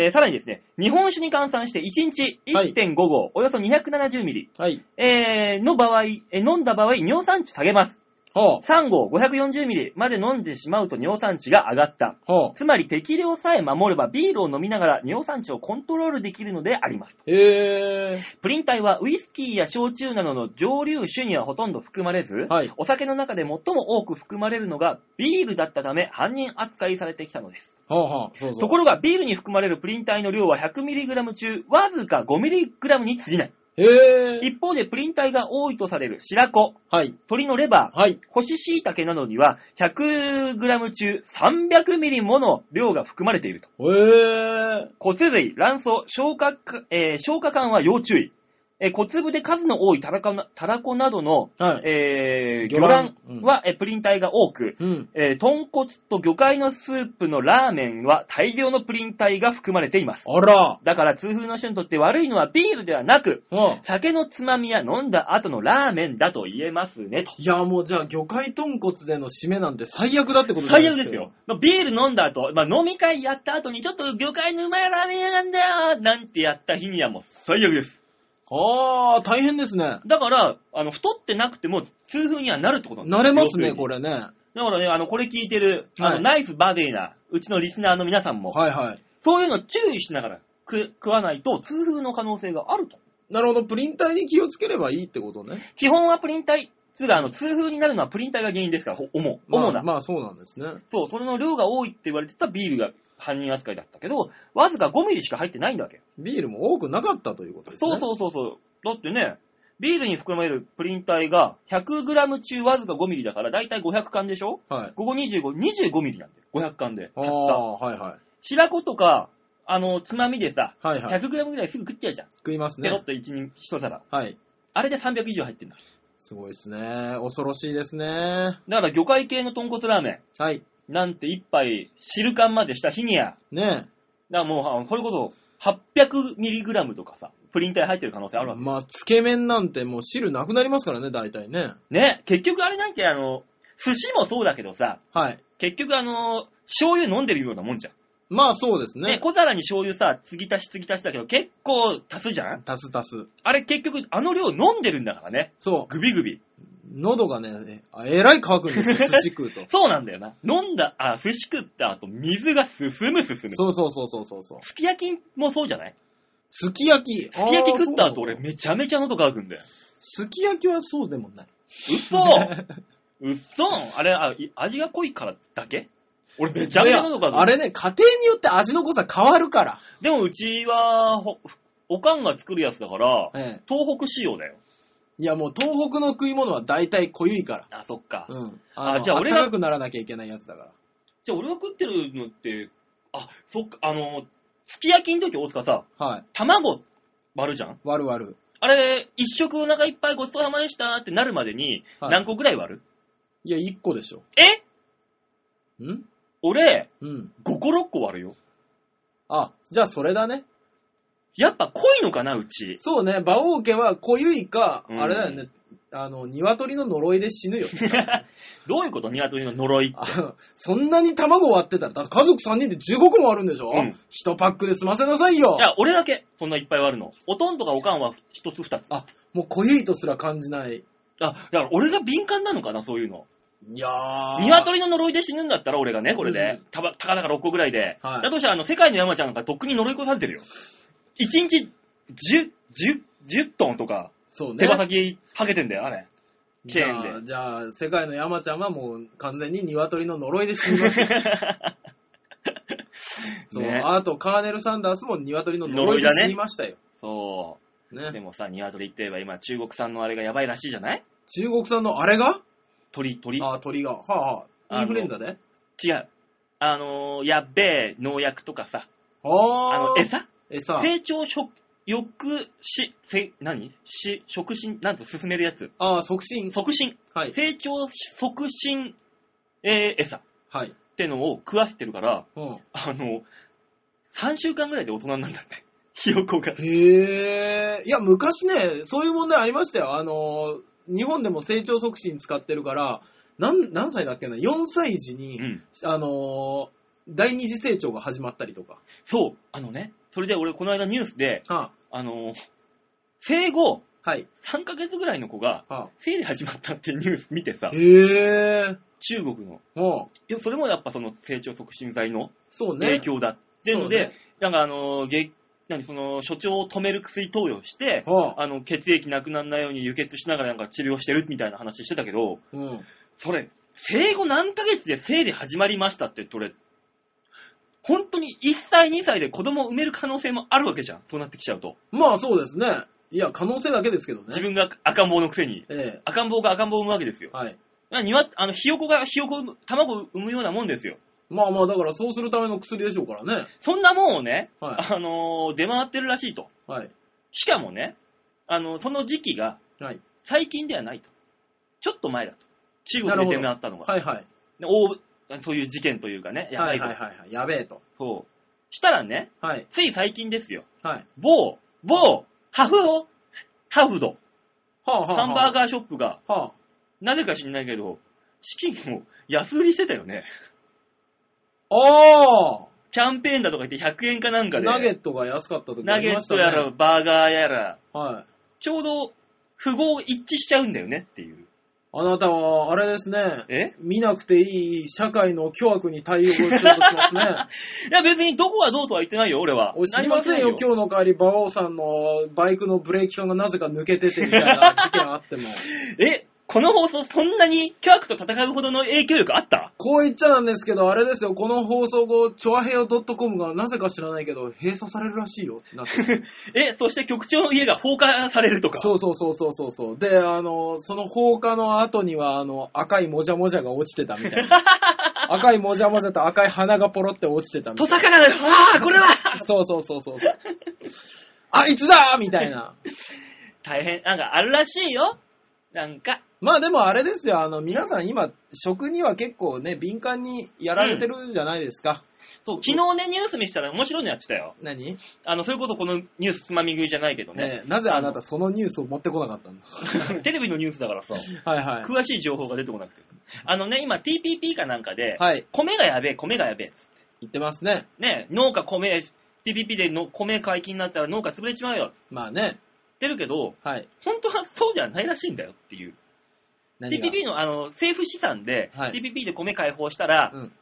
Speaker 1: えーさらにですね、日本酒に換算して1日1.5合、およそ270ミリ、
Speaker 2: はい。
Speaker 1: えーの場合、えー飲んだ場合、尿酸値下げます。
Speaker 2: ほう。
Speaker 1: 3合540ミリまで飲んでしまうと尿酸値が上がった。
Speaker 2: ほ
Speaker 1: つまり適量さえ守ればビールを飲みながら尿酸値をコントロールできるのであります。
Speaker 2: う。え
Speaker 1: プリン体はウイスキーや焼酎などの蒸留酒にはほとんど含まれず、
Speaker 2: はい
Speaker 1: お酒の中で最も多く含まれるのがビールだったため犯人扱いされてきたのです。
Speaker 2: ー。ほうほう。そうそう。
Speaker 1: ところが、ビールに含まれるプリン体の量は 100mg 中、わずか 5mg に過ぎない。
Speaker 2: えー。
Speaker 1: 一方で、プリン体が多いとされる白子、
Speaker 2: はい。
Speaker 1: 鶏のレバー、
Speaker 2: はい。
Speaker 1: 干し椎茸などには 100g 中 300mg もの量が含まれていると。
Speaker 2: えー。
Speaker 1: 骨髄、卵巣、消化か、えー消化管は要注意。えー小粒で数の多いたらこなたらこなどの、
Speaker 2: はい。
Speaker 1: えー魚
Speaker 2: 魚卵
Speaker 1: 卵は、えープリン体が多く、
Speaker 2: うん。
Speaker 1: えー豚骨と魚介のスープのラーメンは大量のプリン体が含まれています。
Speaker 2: あら。
Speaker 1: だから痛風の人にとって悪いのはビールではなく、
Speaker 2: うん。
Speaker 1: 酒のつまみや飲んだ後のラーメンだと言えますね、と。
Speaker 2: いや、もうじゃあ、魚介豚骨での締めなんて最悪だってことじゃない
Speaker 1: 最悪ですよ。。ビール飲んだ後、まあ、飲み会やった後にちょっと魚介のうまいラーメン屋なんだよなんてやった日にはもう最悪です。
Speaker 2: あー、大変ですね。
Speaker 1: だから、あの、太ってなくても痛風にはなるってことなんです
Speaker 2: 慣れますね、
Speaker 1: 要
Speaker 2: これね。は
Speaker 1: するにだからね、あの、これ聞いてる、あの、
Speaker 2: はい
Speaker 1: ナイスバディな、うちのリスナーの皆さんも、
Speaker 2: いはい。
Speaker 1: そういうの注意しながら食食わないと痛風の可能性があると。
Speaker 2: なるほど、プリン体に気をつければいいってことね。
Speaker 1: 基本はプリン体、つうか、あの、痛風になるのはプリン体が原因ですから、ほ主、
Speaker 2: まあ
Speaker 1: 主な。
Speaker 2: まあそうなんですね。
Speaker 1: そう、それの量が多いって言われてたビールが犯人扱いだったけど、わずか5ミリしか入ってないんだわけ。
Speaker 2: ビールも多くなかったということですね。
Speaker 1: そうそうそうそう。だってね、ビールに含まれるプリン体が 100g 中わずか5ミリだから、だいたい500缶でしょ
Speaker 2: う。はい。
Speaker 1: ここ25、25ミリなんだよ。500缶で。
Speaker 2: ああ、はいはい。
Speaker 1: 白子とか、あの、つまみでさ、
Speaker 2: はいはい。
Speaker 1: 100g ぐらいすぐ食っちゃうじゃん。
Speaker 2: 食います
Speaker 1: ペロッ。
Speaker 2: ね
Speaker 1: と1人、一皿。
Speaker 2: はい。
Speaker 1: あれで300以上入ってんだ。
Speaker 2: すごいですね。恐ろしいですね。
Speaker 1: だから魚介系の豚骨ラーメン。
Speaker 2: はい。
Speaker 1: なんて一杯汁缶までした日にや、
Speaker 2: ね
Speaker 1: だからもうあの、それこそ 800mg とかさ、プリン体入ってる可能性あ
Speaker 2: え。
Speaker 1: るわけ。
Speaker 2: まあ、つけ麺なんてもう汁なくなりますからね、大体ね。
Speaker 1: ね、結局あれなんてあの、寿司もそうだけどさ、
Speaker 2: はい。
Speaker 1: 結局あの、醤油飲んでるようなもんじゃん。
Speaker 2: まあそうです
Speaker 1: ね、
Speaker 2: ね。
Speaker 1: 小皿に醤油さ、継ぎ足し継ぎ足しだけど、結構足すじゃん
Speaker 2: 足す足す。
Speaker 1: あれ結局あの量飲んでるんだからね。
Speaker 2: そう。
Speaker 1: グビグビ。。
Speaker 2: 喉がね、ええらい乾くんですよ、寿司食うと
Speaker 1: そうなんだよな。飲んだ、あ、寿司食った後、水が進む進む。
Speaker 2: そうそうそうそうそうそう。
Speaker 1: すき焼きもそうじゃない
Speaker 2: すき焼き。
Speaker 1: すき焼き食った
Speaker 2: あー
Speaker 1: 後、俺。めちゃめちゃ喉乾くんだよ。
Speaker 2: そうすき焼きはそうでもない。
Speaker 1: 嘘嘘あれあ、い味が濃いからだけ俺めちゃめちゃ喉乾く。
Speaker 2: あれね、家庭によって味の濃さ変わるから。
Speaker 1: でもうちは、ほおかんが作るやつだから、
Speaker 2: ええ。
Speaker 1: 東北仕様だよ。
Speaker 2: いやもう東北の食い物は大体濃ゆいから。
Speaker 1: あ、そっか。
Speaker 2: うん。
Speaker 1: あ
Speaker 2: の
Speaker 1: じゃあ俺が
Speaker 2: 暖かくならなきゃいけないやつだから。
Speaker 1: じゃあ俺が食ってるのって、あ、そっか、あの、すき焼きの時大塚さ、
Speaker 2: はい。
Speaker 1: 卵割るじゃん
Speaker 2: 割る割る。
Speaker 1: あれ、一食お腹いっぱいごちそうさまでしたってなるまでに、
Speaker 2: はい
Speaker 1: 何個ぐらい割る、
Speaker 2: いや、1個でしょ。
Speaker 1: え
Speaker 2: ん
Speaker 1: 俺、
Speaker 2: うん。
Speaker 1: 5個6個割るよ。
Speaker 2: あ、じゃあそれだね。
Speaker 1: やっぱ濃いのかな、うち。
Speaker 2: そうね、馬王家は濃ゆいか、
Speaker 1: うん
Speaker 2: あれだよね、あの、鶏の呪いで死ぬよ。
Speaker 1: どういうこと鶏の呪いって
Speaker 2: あのそんなに卵割ってたら、だって家族3人で15個もあるんでしょ、
Speaker 1: うん
Speaker 2: ?1 パックで済ませなさいよ
Speaker 1: いや、俺だけ、そんないっぱい割るの。おとんとかおかんは一つ二つ。
Speaker 2: あ、もう濃ゆいとすら感じない。
Speaker 1: あ、だから俺が敏感なのかな、そういうの。
Speaker 2: いやー。
Speaker 1: 鶏の呪いで死ぬんだったら俺がね、これで。たば、たかだか6個ぐらいで。
Speaker 2: はい
Speaker 1: だとしたら、あの、世界の山ちゃんなんかとっくに呪い越されてるよ。1日10、10、10トンとか、
Speaker 2: そうね。
Speaker 1: 手羽先はけてんだよ、あれ。チ
Speaker 2: じ
Speaker 1: ェーンで
Speaker 2: ゃあ、じゃあ、世界の山ちゃんはもう完全に鶏の呪いで死にますよ。そう、
Speaker 1: ね
Speaker 2: あと、カーネル・サンダースも鶏の呪いで死にましたよ。
Speaker 1: そ
Speaker 2: ね
Speaker 1: う。でもさ、鶏って言えば今、中国産のあれがやばいらしいじゃない
Speaker 2: 中国産のあれが
Speaker 1: 鳥、鳥。
Speaker 2: あ、鳥が。はあ、は
Speaker 1: あ
Speaker 2: あ、
Speaker 1: の
Speaker 2: インフルエンザね。
Speaker 1: 違う。あのー、やっべえ農薬とかさ、あ
Speaker 2: はあ
Speaker 1: の、。餌
Speaker 2: 餌。
Speaker 1: 成長食、抑止、せ、何し、促進、なんと進めるやつ。
Speaker 2: ああ、促進。
Speaker 1: 促進。
Speaker 2: はい。
Speaker 1: 成長促進、えー餌っ
Speaker 2: はい。
Speaker 1: てのを食わせてるから、
Speaker 2: うん。
Speaker 1: あの、3週間ぐらいで大人になるんだって。 ひよこが。
Speaker 2: へえ。いや、昔ね、そういう問題ありましたよ。あの、日本でも成長促進使ってるから、なん何歳だっけな ?4 歳児に、
Speaker 1: うん。
Speaker 2: あの、第二次成長が始まったりとか。
Speaker 1: そう。あのね、それで俺この間ニュースで、
Speaker 2: は
Speaker 1: あのー、生後
Speaker 2: あ、はい。
Speaker 1: 3ヶ月ぐらいの子が
Speaker 2: は
Speaker 1: 生理始まったってニュース見てさ
Speaker 2: あ、、へえ。
Speaker 1: 中国の。
Speaker 2: もう、
Speaker 1: いやそれもやっぱその成長促進剤の
Speaker 2: そうね。
Speaker 1: 影響だっていうので、
Speaker 2: そうね
Speaker 1: なんかあの、げ何その、所長を止める薬投与して、
Speaker 2: はあ、
Speaker 1: あの、血液なくならないように輸血しながらなんか治療してるみたいな話してたけど、
Speaker 2: うん。
Speaker 1: それ、生後何ヶ月で生理始まりましたって、それ、本当に1歳2歳で子供を産める可能性もあるわけじゃん。そうなってきちゃうと。
Speaker 2: まあそうですね。いや、可能性だけですけどね。
Speaker 1: 自分が赤ん坊のくせに。
Speaker 2: ええ
Speaker 1: 赤ん坊が赤ん坊を産むわけですよ。
Speaker 2: はい。
Speaker 1: 庭、あの、ひよこがひよこを産む、卵を産むようなもんですよ。
Speaker 2: まあまあ、だからそうするための薬でしょうからね。
Speaker 1: そんなもんをね、
Speaker 2: は
Speaker 1: あのー出回ってるらしいと。
Speaker 2: い。はい。
Speaker 1: しかもね、あの、その時期が
Speaker 2: はい。
Speaker 1: 最近ではないと。ちょっと前だと。中
Speaker 2: な
Speaker 1: 国
Speaker 2: る
Speaker 1: で
Speaker 2: ほ
Speaker 1: 出
Speaker 2: ど
Speaker 1: 回ったのが。
Speaker 2: はいはい。
Speaker 1: で大そういう事件というかね、やば
Speaker 2: はいい
Speaker 1: と
Speaker 2: はいはいはい。やべえと。
Speaker 1: そう。したらね、
Speaker 2: はい。
Speaker 1: つい最近ですよ。
Speaker 2: はい。
Speaker 1: 某、某、ハフオ、ハフド、
Speaker 2: はあはあ、はあ。
Speaker 1: ハンバーガーショップが、
Speaker 2: はあ。
Speaker 1: なぜか知んないけど、チキンを安売りしてたよね。
Speaker 2: あ
Speaker 1: キャンペーンだとか言って100円かなん
Speaker 2: あ
Speaker 1: かで。
Speaker 2: ナゲットが安かった時あ
Speaker 1: ナ
Speaker 2: り
Speaker 1: ゲ
Speaker 2: まし
Speaker 1: ット
Speaker 2: たね。
Speaker 1: やら、バーガーやら、
Speaker 2: はい。
Speaker 1: ちょうど、符号一致しちゃうんだよねっていう。
Speaker 2: あなたは、あれですね。
Speaker 1: え
Speaker 2: 見なくていい社会の巨悪に対応しようとしますね。
Speaker 1: いや別にどこはどうとは言ってないよ、俺は。
Speaker 2: お知りません
Speaker 1: 何
Speaker 2: よ
Speaker 1: も、してない
Speaker 2: 今日の帰り、馬王さんのバイクのブレーキ表がなぜか抜けててみたいな事件あ っても。
Speaker 1: え、この放送そんなに巨悪と戦うほどの影響力あった
Speaker 2: こう言っちゃなんですけど、あれですよ、この放送後、チョアヘヨ .com がなぜか知らないけど、閉鎖されるらしいよってなってる
Speaker 1: え、そして局長の家が放火されるとか。
Speaker 2: そうそうそうそうそうそう。で、あの、その放火の後には、あの、赤いもじゃもじゃが落ちてたみた いな。赤いもじゃもじゃと赤い花がポロって落ちてたみた
Speaker 1: ト
Speaker 2: いな。
Speaker 1: サカだよああ、これは
Speaker 2: そうそうそうそうそう。あいつだーみたいな。
Speaker 1: 大変、なんかあるらしいよ。なんか。
Speaker 2: まあでもあれですよ、あの、皆さん今、食には結構ね、敏感にやられてるじゃないですか。
Speaker 1: そう、昨日ね、ニュース見したら面白いのやってたよ。
Speaker 2: 何
Speaker 1: あの、それこそこのニュースつまみ食いじゃないけどね。
Speaker 2: ねなぜあなたそのニュースを持ってこなかったん だ
Speaker 1: テレビのニュースだからさ、
Speaker 2: はいはい。
Speaker 1: 詳しい情報が出てこなくて。あのね、今 TPP かなんかで、
Speaker 2: はい、
Speaker 1: 米がやべえ、米がやべえ。
Speaker 2: 言ってますね。
Speaker 1: ね、農家米、TPP での米解禁になったら農家潰れちまうよ。
Speaker 2: まあね、
Speaker 1: ってるけど、
Speaker 2: はい。
Speaker 1: 本当はそうではないらしいんだよっていう。
Speaker 2: 何が
Speaker 1: TPP のあの政府資産で、
Speaker 2: はい
Speaker 1: TPP で米解放したら、
Speaker 2: うん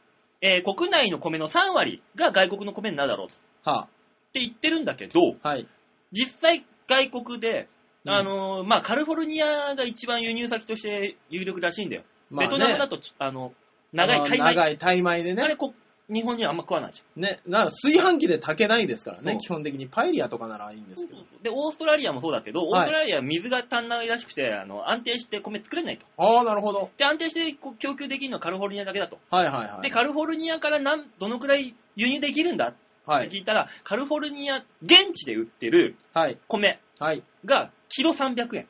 Speaker 1: えー国内の米の3割が外国の米になるだろうって
Speaker 2: は
Speaker 1: 言ってるんだけど、
Speaker 2: あ、はい。
Speaker 1: 実際外国で、
Speaker 2: うん
Speaker 1: あのーまあ、カリフォルニアが一番輸入先として有力らしいんだよ。
Speaker 2: まあね
Speaker 1: ベトナムだとちあの長い
Speaker 2: あの
Speaker 1: 大米、
Speaker 2: 長いタイ米で
Speaker 1: あれ
Speaker 2: ね。
Speaker 1: こ日本人はあんま食わないじ
Speaker 2: ね、な炊飯器で炊けないですから
Speaker 1: そう
Speaker 2: ね、基本的にパエリアとかならいいんで
Speaker 1: ゃ
Speaker 2: す
Speaker 1: ん
Speaker 2: けど。。
Speaker 1: で、オーストラリアもそうだけど、オー
Speaker 2: は
Speaker 1: ス
Speaker 2: い
Speaker 1: トラリアは水が足んないらしくて、あの安定して米作れないと。
Speaker 2: ああ、なるほど。
Speaker 1: で、安定してこう供給できるのはカリフォルニアだけだと。
Speaker 2: はいはいはい。
Speaker 1: で、カリフォルニアからなんどのくらい輸入できるんだっ
Speaker 2: は
Speaker 1: て
Speaker 2: い。
Speaker 1: 聞いたら、カリフォルニア、現地で売ってる
Speaker 2: はい。
Speaker 1: 米
Speaker 2: はい。
Speaker 1: がキロ300円。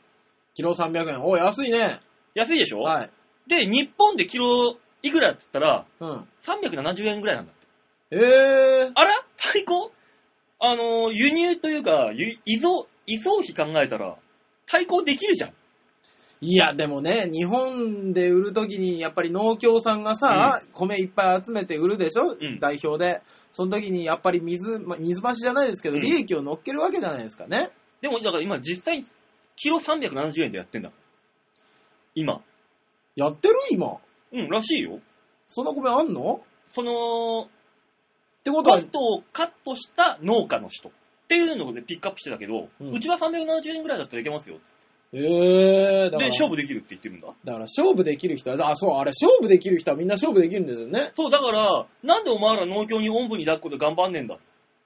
Speaker 2: キロ300円。おー安いね。
Speaker 1: 安いでしょ、
Speaker 2: はい。
Speaker 1: で、日本でキロいくらって言ったら、
Speaker 2: うん。
Speaker 1: 370円ぐらいなんだって。
Speaker 2: ええー。
Speaker 1: あら最高あのー、輸入というか、輸依存、依存費考えたら、対抗できるじゃん。
Speaker 2: いや、でもね、日本で売るときに、やっぱり農協さんがさ、米いっぱい集めて売るでしょ、
Speaker 1: ん
Speaker 2: 代表で。その時に、やっぱり水、ま水増しじゃないですけど、
Speaker 1: うん
Speaker 2: 利益を乗っけるわけじゃないですかね。
Speaker 1: でも、だから今実際、キロ370円でやってんだ。今。
Speaker 2: やってる今。
Speaker 1: うん、らしいよ。
Speaker 2: そんな米あんの
Speaker 1: その、
Speaker 2: ってこ
Speaker 1: コ
Speaker 2: とは
Speaker 1: ス、トをカットした農家の人っていうのでピックアップしてたけど、
Speaker 2: う
Speaker 1: うんちは370円ぐらいだったらいけますよ。
Speaker 2: ええー、
Speaker 1: で
Speaker 2: だから、、
Speaker 1: 勝負できるって言ってるんだ。
Speaker 2: だから勝負できる人は、あ、そう、あれ、勝負できる人はみんな勝負できるんですよね。
Speaker 1: そう、だから、なんでお前ら農協におんぶに抱っこで頑張んねえんだ。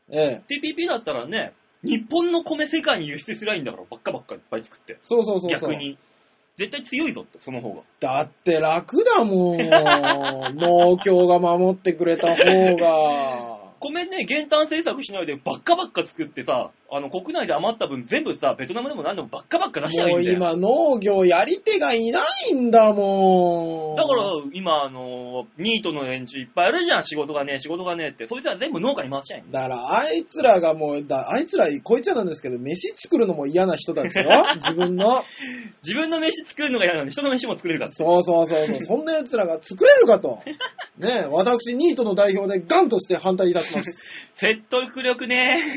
Speaker 2: ええ
Speaker 1: TPP だったらね、日本の米世界に輸出すりゃいいんだから、ばっかばっかいっぱい作って。
Speaker 2: そうそうそうそう。
Speaker 1: 逆に。絶対強いぞって、その方が。
Speaker 2: だって楽だも ん。農協が守ってくれた方が。
Speaker 1: 米ね、減反政策しないでばっかばっか作ってさ、あの、国内で余った分全部さ、ベトナムでも何でもばっかばっか出しちゃえばい
Speaker 2: も
Speaker 1: い
Speaker 2: うん
Speaker 1: だよ。
Speaker 2: 今農業やり手がいないんだもん。
Speaker 1: だから、今、あの、ニートの連中いっぱいあるじゃん。仕事がねえ、仕事がねえって。そいつら全部農家に回しちゃえんだよ。
Speaker 2: だから、あいつらがもう、だあいつら、こいつらなんですけど、飯作るのも嫌な 人たちよ。自分の。
Speaker 1: 自分の飯作るのが嫌なのに、人の飯も作れるから。
Speaker 2: そうそうそうそう。そんな奴らが作れるかと。ねえ私、ニートの代表でガンとして反対いたします。
Speaker 1: 説得力ね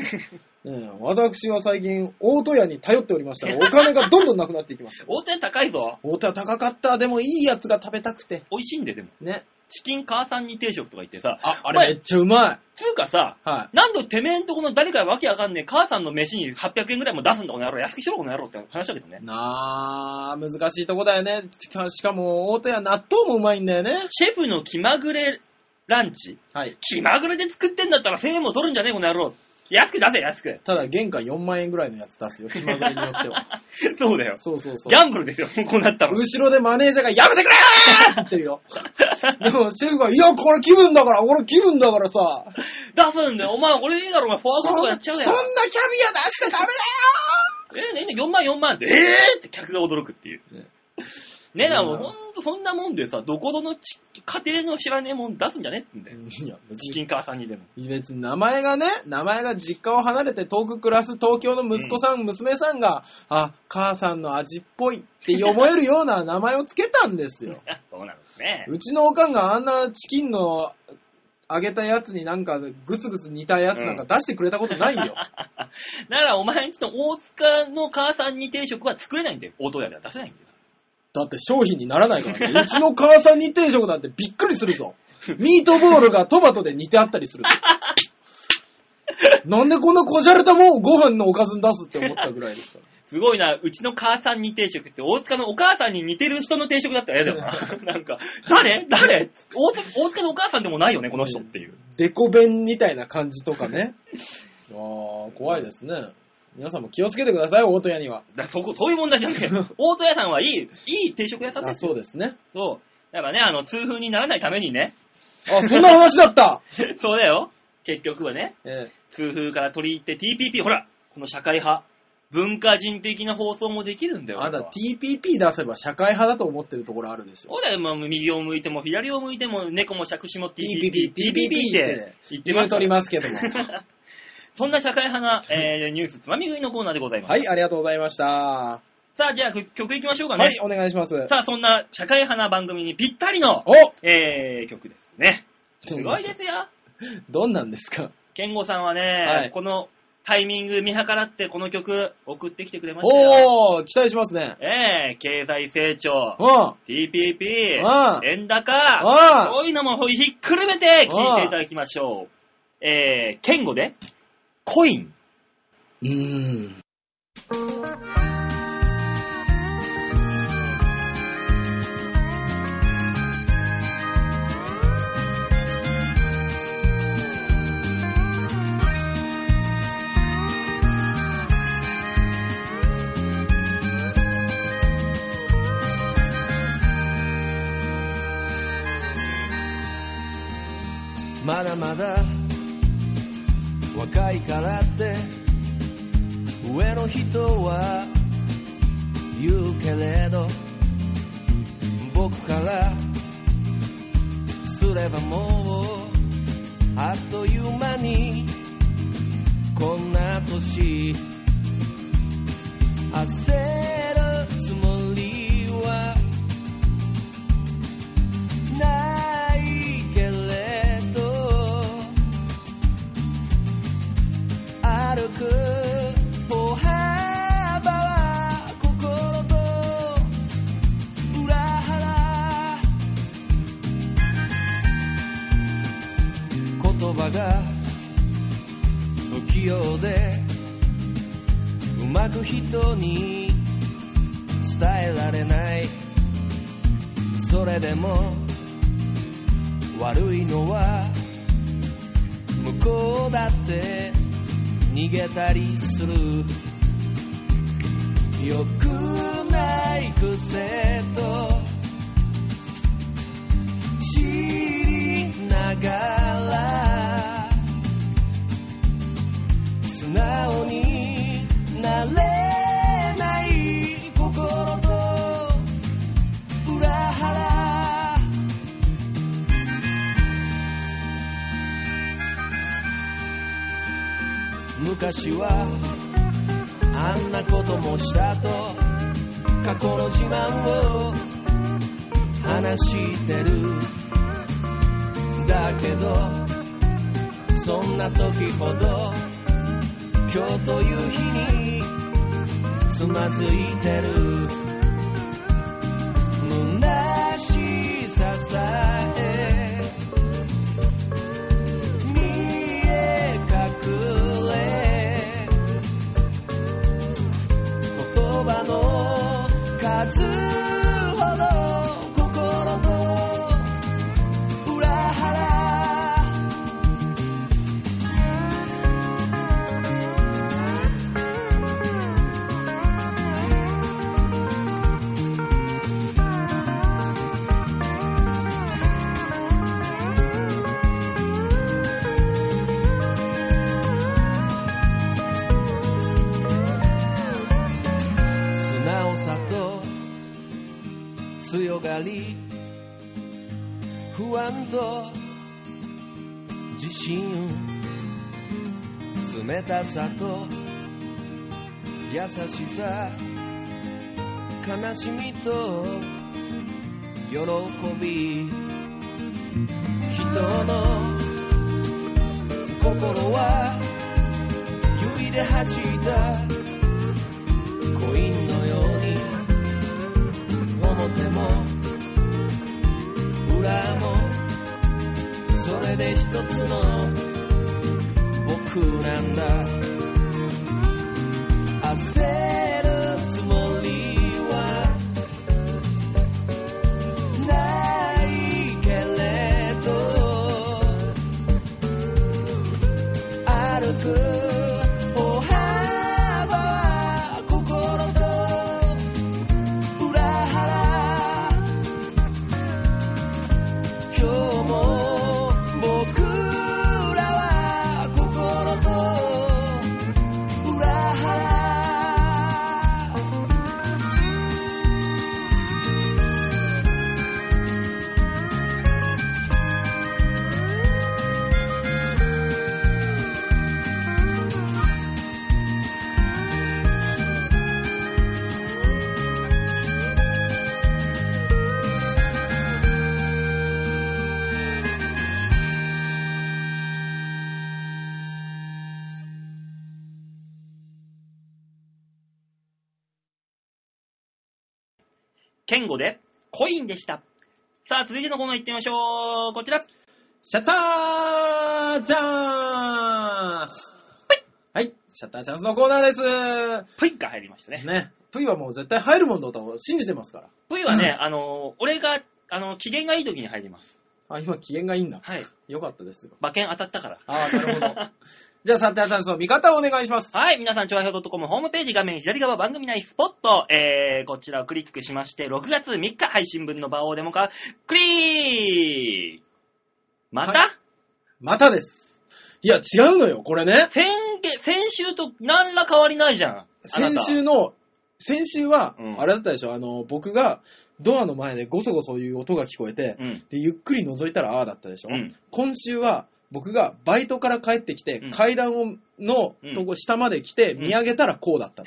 Speaker 2: ねえ私は最近、大戸屋に頼っておりましたが、お金がどんどんなくなっていきました。
Speaker 1: 大手高いぞ。
Speaker 2: 大戸屋高かった。でもいいやつが食べたくて。
Speaker 1: 美味しいんで、でも。
Speaker 2: ね。
Speaker 1: チキン母さんに定食とか言ってさ、
Speaker 2: あ、あ
Speaker 1: お
Speaker 2: れめ
Speaker 1: 前
Speaker 2: っちゃうま
Speaker 1: つうかさ、
Speaker 2: い。は
Speaker 1: なんでてめえんとこの誰かわけわかんねえ母さんの飯に800円ぐらいも出すんだこの野郎、安くしろこの野郎って話だけどね
Speaker 2: い。。なあ、難しいとこだよね。しかしかも、大戸屋納豆もうまいんだよね。
Speaker 1: シェフの気まぐれランチ。
Speaker 2: はい。
Speaker 1: 気まぐれで作ってんだったら1000円も取るんじゃねえこの野郎。安く出せ、安く。
Speaker 2: ただ、原価4万円ぐらいのやつ出すよ。気まぐれによっては。
Speaker 1: そうだよ。
Speaker 2: そうそうそう
Speaker 1: ギ。ャンブルですよ、 もうこうなったら。
Speaker 2: 後ろでマネージャーがやめてくれーって言って るよ。でもシェフが、いや、これ気分だから、これ気分だからさ、
Speaker 1: 出すんだよ。お前、俺でいいだろ、お前、フォアボールと
Speaker 2: そん
Speaker 1: かや
Speaker 2: な
Speaker 1: っ
Speaker 2: キ
Speaker 1: ち
Speaker 2: ャ
Speaker 1: ゃう
Speaker 2: ビ
Speaker 1: だ
Speaker 2: ア
Speaker 1: よ。
Speaker 2: 出しちゃダメ
Speaker 1: えー、ね、4万4万って、えーって客が驚くっていう。
Speaker 2: ね
Speaker 1: ねえな、もう
Speaker 2: うん
Speaker 1: ほんとそんなもんでさ、どこどのち家庭の知らねえもん出すんじゃねえってんだ
Speaker 2: だ
Speaker 1: よ。
Speaker 2: よいや、別
Speaker 1: チ
Speaker 2: に
Speaker 1: キン母さんにでも。
Speaker 2: 別に名前がね、名前が実家を離れて遠く暮らす東京の息子さん、娘さんが、あ、母さんの味っぽいって思えるような名前をつけたんですよ。
Speaker 1: あ そうなんですね。
Speaker 2: うちのおかんがあんなチキンの揚げたやつになんかグツグツ煮たやつなんか出してくれたことないよ。
Speaker 1: だからお前んちの大塚の母さんに定食は作れないんだよ。大戸屋では出せないんだよ。
Speaker 2: だって商品にならないからね。うちの母さんに定食なんてびっくりするぞ。ミートボールがトマトで煮てあったりする。なんでこんなこじゃれたもんをご飯のおかずに出すって思ったぐらいですか
Speaker 1: すごいな、うちの母さんに定食って、大塚のお母さんに似てる人の定食だったら嫌だよ な。なんか、誰誰大塚大塚のお母さんでもないよね、この人っていう。
Speaker 2: デコ弁みたいな感じとかね。 あー、怖いですね。皆さんも気をつけてください、大戸屋には。
Speaker 1: だからそこ、そういう問題じゃねえよ。大戸屋さんはいい、いい定食屋さんで
Speaker 2: あ、
Speaker 1: すよ。
Speaker 2: そうですね。
Speaker 1: そう。だからね、あの、痛風にならないためにね、
Speaker 2: あ、そんな話だった、
Speaker 1: そうだよ。結局はね、
Speaker 2: ええ
Speaker 1: 痛風から取り入って TPP、ほら、この社会派、文化人的な放送もできるんだよ。
Speaker 2: あな
Speaker 1: これ
Speaker 2: た
Speaker 1: は
Speaker 2: TPP 出せば社会派だと思ってるところあるでしょ。
Speaker 1: そうだよ、まあ、右を向いても左を向いても猫も杓子も TPP、TPP っ
Speaker 2: TPP
Speaker 1: て言って
Speaker 2: 言
Speaker 1: ま
Speaker 2: う
Speaker 1: す
Speaker 2: とりますけども。
Speaker 1: そんな社会派な、えーニュースつまみ食いのコーナーでございます。
Speaker 2: はい、ありがとうございました。
Speaker 1: さあ、じゃあ曲曲いきましょうかね。
Speaker 2: はい、お願いします。
Speaker 1: さあ、そんな社会派な番組にぴったりの、
Speaker 2: お
Speaker 1: えー曲ですね。すごいですよ。
Speaker 2: どんなんですか
Speaker 1: 健吾さんはね、
Speaker 2: はい
Speaker 1: このタイミング見計らってこの曲送ってきてくれましたよ。
Speaker 2: おー、期待しますね。
Speaker 1: えー、経済成長
Speaker 2: う、ん。うん。
Speaker 1: TPP
Speaker 2: あ、
Speaker 1: 円高、
Speaker 2: あ
Speaker 1: そういうのもひっくるめて聴いていただきましょう。えー、健吾で、コイン。
Speaker 2: うーん。
Speaker 3: まだまだ若いからって上の人は言うけれど僕からすればもうあっという間にこんな年焦るつもりはないけれど歩く歩幅は心と裏腹く人に伝えられないそれでも悪いのは向こうだって逃げたりする良くない癖と知りながら素直になれない心と裏腹昔はあんなこともしたと過去の自慢を話してるだけどそんな時ほど今日という日につまずいてる虚しささえ見え隠れ言葉の数ほど心と裏腹素直さと強がり不安と自信冷たさと優しさ悲しみと喜び人の心は指で弾いたコインのように表も裏もそれで一つの僕なんだ焦るつもりはないけれど歩く歩幅は心と裏腹今日も僕らは心と裏腹
Speaker 1: 剣語で、コインでした。さあ、続いてのコーナー行ってみましょう。こちら。
Speaker 2: シャッターチャンスはい、シャッターチャンスのコーナーです。
Speaker 1: プイが入りましたね。
Speaker 2: ね、プイはもう絶対入るもんだと信じてますから。
Speaker 1: プイは ね、あの、俺が、あの、機嫌がいい時に入ります。
Speaker 2: あ、今機嫌がいいんだ。
Speaker 1: はい。
Speaker 2: よかったですよ。
Speaker 1: 馬券当たったから。
Speaker 2: あーなるほど。じゃあ、シャッターチャンスの見方をお願いします。
Speaker 1: はい、皆さん、調和表 .com ホームページ画面左側番組内スポット、えー、こちらをクリックしまして、6月3日配信分の場をデモ化、クリーまた、
Speaker 2: はまたです。いや、違うのよ、これね。
Speaker 1: 先月、先週と何ら変わりないじゃん。あな
Speaker 2: 先
Speaker 1: た
Speaker 2: 週の、先週は
Speaker 1: う、ん
Speaker 2: あれだったでしょ、あの、僕がドアの前でゴソゴソいう音が聞こえて、
Speaker 1: うん。
Speaker 2: で、ゆっくり覗いたらああだったでしょ。
Speaker 1: うん。
Speaker 2: 今週は、僕がバイトから帰ってきて、
Speaker 1: うん
Speaker 2: 階段をの
Speaker 1: うん
Speaker 2: とこ下まで来て、
Speaker 1: うん
Speaker 2: 見上げたらこうだ った。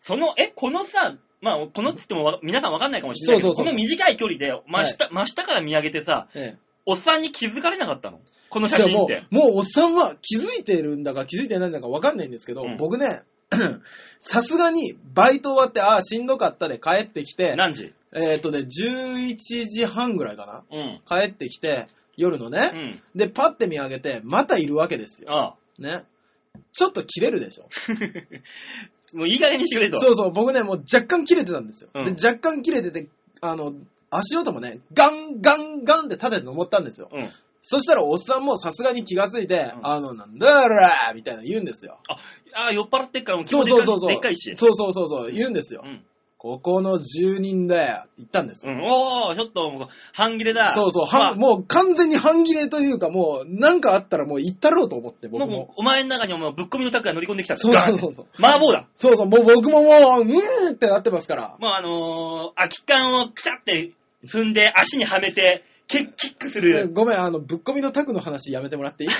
Speaker 1: その、え、このさ、まあ、このっつってもわ皆さんわかんないかもしれないけ
Speaker 2: そ
Speaker 1: ど、
Speaker 2: うそうそう
Speaker 1: この短い距離で真下、真下から見上げてさ、
Speaker 2: ええ
Speaker 1: おっさんに気づかれなかったのこの写
Speaker 2: じゃあ
Speaker 1: 真っ
Speaker 2: も
Speaker 1: て。
Speaker 2: う、もうおっさんは気づいてるんだか気づいてないんだかわかんないんですけど、
Speaker 1: うん
Speaker 2: 僕ね、 さすがにバイト終わって、ああ、しんどかったで帰ってきて、
Speaker 1: 何時
Speaker 2: えっ、とね、11時半ぐらいか
Speaker 1: うん。
Speaker 2: な帰ってきて、夜のね、
Speaker 1: うん。
Speaker 2: で、パッて見上げて、またいるわけですよ。
Speaker 1: ああ。
Speaker 2: ね。ちょっと切れるでしょ。
Speaker 1: もういい加減にしてくれと。
Speaker 2: そうそう、僕ね、もう若干切れてたんですよ。
Speaker 1: うん
Speaker 2: で、若干切れてて、あの、足音もね、ガンガンガンって立てて登ったんですよ。
Speaker 1: うん。
Speaker 2: そしたらおっさんもさすがに気がついて、
Speaker 1: ん
Speaker 2: あの、なんだらみたいな言うんですよ。
Speaker 1: ああ、酔っ払ってっからもう気
Speaker 2: そ
Speaker 1: も
Speaker 2: う
Speaker 1: でか
Speaker 2: そう
Speaker 1: い
Speaker 2: そうそう。
Speaker 1: でっかいし。
Speaker 2: そうそうそうそう、言うんですよ。
Speaker 1: うん。
Speaker 2: ここの住人だよって言ったんです
Speaker 1: う
Speaker 2: よ。
Speaker 1: ん、おー、ちょっともう、半切れだ。
Speaker 2: そうそう、はん
Speaker 1: ま
Speaker 2: もう完全に半切れというか、もう、なんかあったらもう行ったろうと思って、
Speaker 1: あ、
Speaker 2: 僕
Speaker 1: もう
Speaker 2: も。
Speaker 1: お前の中にはもうぶっ込みのタクが乗り込んできたんだ
Speaker 2: そうそうそうそう。
Speaker 1: ガーンって麻婆だ。
Speaker 2: そうそう、もう僕ももう、うーんってなってますから。
Speaker 1: もうあのー、空き缶をくちゃって踏んで足にはめて、キッキックする。
Speaker 2: ごめん、あの、ぶっ込みのタクの話やめてもらっていい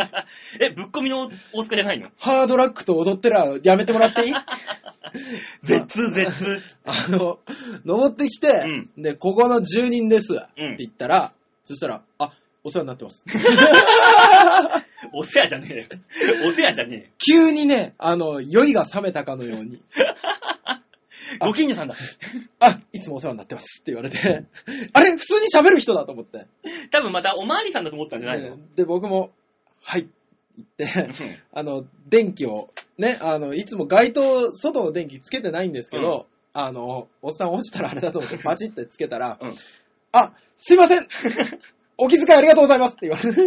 Speaker 1: え、ぶっ込みの大塚じゃないの
Speaker 2: ハードラックと踊ってらやめてもらって いい
Speaker 1: 絶、絶。
Speaker 2: あの、登ってきて、で、ここの住人です、って言ったら、そしたら、あ、お世話になってます。
Speaker 1: お世話じゃねえよ。お世話じゃね
Speaker 2: 急にね、あの、酔いが冷めたかのよ うに、
Speaker 1: えよ。ご近所さんだ。
Speaker 2: あ、いつもお世話になってますって言われて、あれ普通に喋る人だと思って。
Speaker 1: 多分またおまわりさんだと思ったんじゃないの、
Speaker 2: で、僕も、はい、言って、
Speaker 1: うん
Speaker 2: あの、電気を、ね、あの、いつも街灯、外の電気つけてないんですけど、あの、おっさん落ちたらあれだと思って、パチってつけたら、
Speaker 1: うん
Speaker 2: あ、すいません お気遣いありがとうございますって言われて。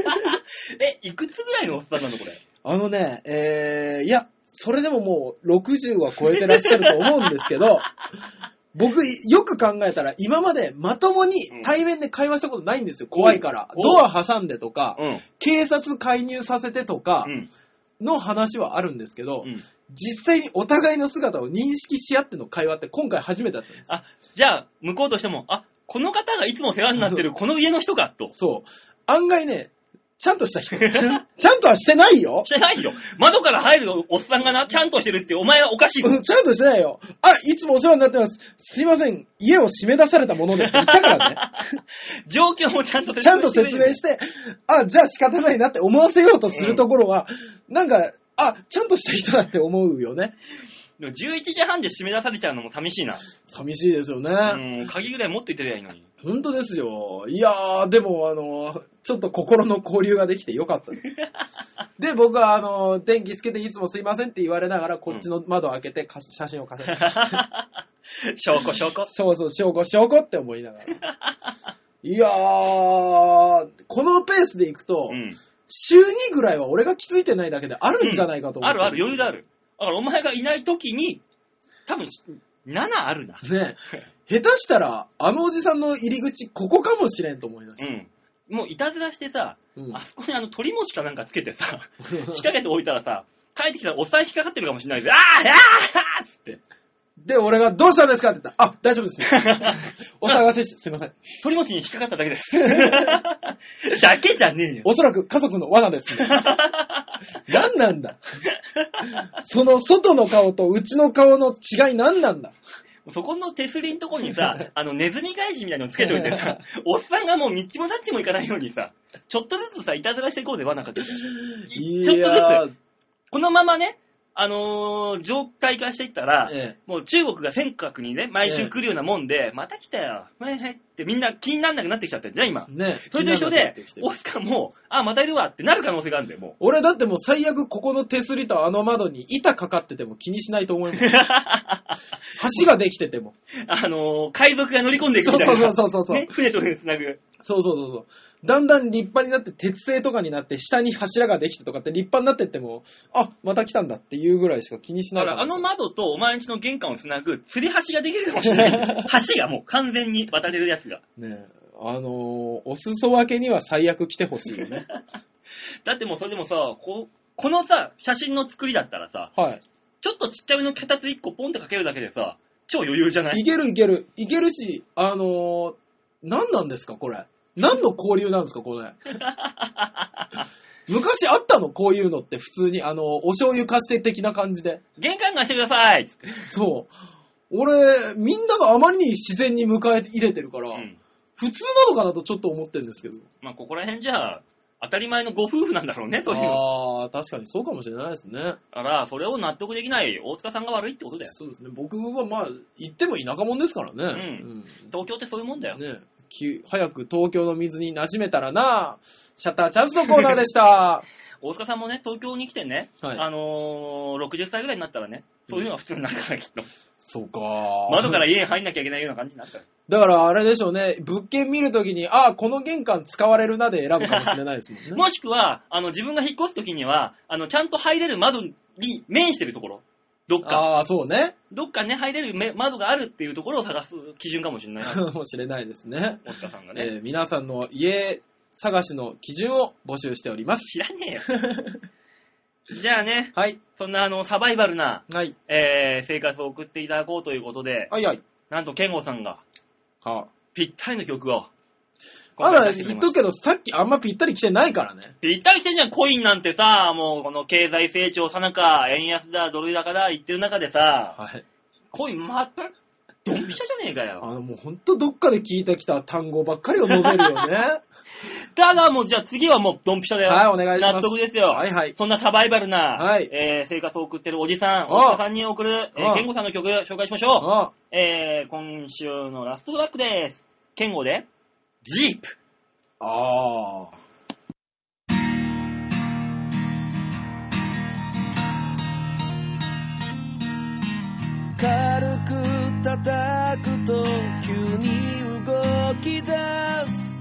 Speaker 1: え、いくつぐらいのおっさんなのこれ。
Speaker 2: あのね、えー、いや、それでももう60は超えてらっしゃると思うんですけ ど、僕、よく考えたら、今までまともに対面で会話したことないんですよ。怖いから。
Speaker 1: おう
Speaker 2: ドア挟んでとか、
Speaker 1: うん。
Speaker 2: 警察介入させてとか
Speaker 1: うん。
Speaker 2: の話はあるんですけど
Speaker 1: う、ん。
Speaker 2: 実際にお互いの姿を認識し合っての会話って今回初めてだったんです。
Speaker 1: あ、じゃあ、向こうとしても、あ、この方がいつも世話になってるこの家の人か、と。
Speaker 2: そう。案外ね、ちゃんとした 人。ちゃんとはしてないよ
Speaker 1: し。てないよ。窓から入るおっさんがな、ちゃんとしてるって、お前はおかしいぞ。
Speaker 2: うんちゃんとしてないよ。あ、いつもお世話になってます。すいません、家を締め出されたものでって言ったからね。
Speaker 1: 状況もちゃんと
Speaker 2: ちゃんと説明
Speaker 1: し
Speaker 2: して、あ、じゃあ仕方ないなって思わせようとするところは、なんか、あ、ちゃんとした人だって思うよね。
Speaker 1: でも11時半で締め出されちゃうのも寂しいな。
Speaker 2: 寂しいですよね。
Speaker 1: うん、鍵ぐらい持っていってりゃいいのに。
Speaker 2: 本当ですよ。いやー、でも、あの、ちょっと心の交流ができてよ かったです。で、僕は、あの、電気つけていつもすいませんって言われながら、こっちの窓を開けてか写真を重ねて、
Speaker 1: 証拠、証拠。
Speaker 2: そうそう、証拠、証拠って思いながら。 いやー、このペースで行くと、
Speaker 1: うん。
Speaker 2: 週2ぐらいは俺が気づいてないだけであるんじゃないかと思っ
Speaker 1: あ
Speaker 2: て、
Speaker 1: るある、余裕がある。だからお前がいない時に、多分、7あるな。
Speaker 2: ね下手したら、あのおじさんの入り口、ここかもしれんと思いまし
Speaker 1: う
Speaker 2: た。
Speaker 1: ん。もういたずらしてさ、
Speaker 2: うん
Speaker 1: あそこにあの鳥餅かなんかつけて さ、仕掛けておいたらさ、帰ってきたらお財布引っかかってるかもしれないで、あーあーっつって。
Speaker 2: で、俺が、どうしたんですかって言ったら、あ、大 丈夫です。お騒がせして、すいません。
Speaker 1: 鳥餅に引っかかっただけです。 だけじゃねえよ。
Speaker 2: おそらく家族の 罠です、ね。何なんだその外の顔とうちの顔の違い何なんだ
Speaker 1: そこの手すりんとこに さ、あの、ネズミ返しみたいなのつけといてさ、おっさんがもう道も立ちも行かないようにさ、ちょっとずつさ、いたずらしていこうぜ、罠かけて。いちょっとずつ。
Speaker 2: ず
Speaker 1: このままね、あのー、状態化していったら、
Speaker 2: え
Speaker 1: もう中国が尖閣にね、毎週来るようなもんで、また来たよ、はいはいってみんな気になんなくなってきちゃってんじゃん、今
Speaker 2: え。ねえ
Speaker 1: それと一緒で
Speaker 2: 気になるなってきて、る
Speaker 1: オスカーも、あ、またいるわってなる可能性があるんだよ、も
Speaker 2: 俺だってもう最悪ここの手すりとあの窓に板かかってても気にしないと思います。
Speaker 1: う。 あ
Speaker 2: 橋ができてても。
Speaker 1: のー、海賊が乗り込んでいく
Speaker 2: そ
Speaker 1: み
Speaker 2: う
Speaker 1: たいな。
Speaker 2: そうそうそうそう。
Speaker 1: ね、船と船つなぐ。
Speaker 2: そうそうそうそう。だんだん立派になって、鉄製とかになって、下に柱ができてとかって立派になってっても、あ、また来たんだっていうぐらいしか気にし
Speaker 1: だ
Speaker 2: ない
Speaker 1: から、あの
Speaker 2: ま、
Speaker 1: 窓とお前んちの玄関をつなぐ、釣り橋ができるかもしれ ない。橋がもう完全に渡れるやつが。
Speaker 2: ねえあのーお裾分けには最悪来てほしい よね。
Speaker 1: だってもうそれでもさ、ここのさ、写真の作りだったらさ、
Speaker 2: は
Speaker 1: ちょっとちっちゃめの脚立1個ポンってかけるだけでさ、超余裕じゃない
Speaker 2: い。いけるいける。いけるし、あのー何なんですか、これ。何の交流なんですか、こ れ。昔あったのこういうのって普通に、あのーお醤油貸して的な感じで。
Speaker 1: 玄関貸してくださいっつって。
Speaker 2: そう。俺、みんながあまりに自然に迎え入れてるから、
Speaker 1: うん。
Speaker 2: 普通なのかなとちょっと思ってるんですけど。
Speaker 1: まあ、ここら辺じゃ、当たり前のご夫婦なんだろうね、そういうの。
Speaker 2: ああ、確かにそうかもしれないですね。
Speaker 1: だから、それを納得できない大塚さんが悪いってことだよ。
Speaker 2: そうですね。僕はまあ、行っても田舎者ですからね。
Speaker 1: 東京ってそういうもんだよ。
Speaker 2: ねき早く東京の水に馴染めたらなシャッターチャンスのコーナーでした。
Speaker 1: 大塚さんもね、東京に来てね、
Speaker 2: はい
Speaker 1: あのー、60歳ぐらいになったらね、そういうのは普通になるから、きっと。
Speaker 2: そうか
Speaker 1: 窓から家に入んなきゃいけないような感じになったら。
Speaker 2: だからあれでしょうね、物件見るときに、ああ、この玄関使われるなで選ぶかもしれないです もんね。
Speaker 1: もしくは、あの、自分が引っ越すときには、あの、ちゃんと入れる窓に面してるところ。どっか、
Speaker 2: ああ、そうね。
Speaker 1: どっかね、入れるめ窓があるっていうところを探す基準かもしれないな。
Speaker 2: かもしれないですね。
Speaker 1: 大塚さんが
Speaker 2: え
Speaker 1: ね。
Speaker 2: ー皆さんの家探しの基準を募集しております。
Speaker 1: 知らねえよ。 じゃあね、
Speaker 2: はい。
Speaker 1: そんなあの、サバイバルな、
Speaker 2: はい。
Speaker 1: えー、生活を送っていただこうということで、
Speaker 2: はいはい。
Speaker 1: なんと、ケンゴさんが、
Speaker 2: は
Speaker 1: ぴったりの曲を。
Speaker 2: あ、だ言っと
Speaker 1: け
Speaker 2: くけど、さっきあんまぴったり来てないからね。
Speaker 1: ぴったりしてんじゃん、コインなんてさ、もうこの経済成長さなか、円安だ、ドル高だ、言ってる中でさ、
Speaker 2: はい。
Speaker 1: コインまた、ドンピシャじゃねえかよ。
Speaker 2: あの、もうほんとどっかで聞いてきた単語ばっかりを述べるよね。
Speaker 1: ただもうじゃあ次はもうドンピシャだよ。
Speaker 2: はい、お願いします。
Speaker 1: 納得ですよ。
Speaker 2: はいはい。
Speaker 1: そんなサバイバルな、
Speaker 2: はい
Speaker 1: えー生活を送ってるおじさん、
Speaker 2: ああ
Speaker 1: おじさんに送る、え
Speaker 2: あ
Speaker 1: ー、
Speaker 2: あ
Speaker 1: ケンゴさんの曲紹介しましょ
Speaker 2: あ
Speaker 1: う。えー、今週のラストトラックです。ケンゴで、ジープ。
Speaker 2: あー。
Speaker 3: 軽く叩くと急に動き出す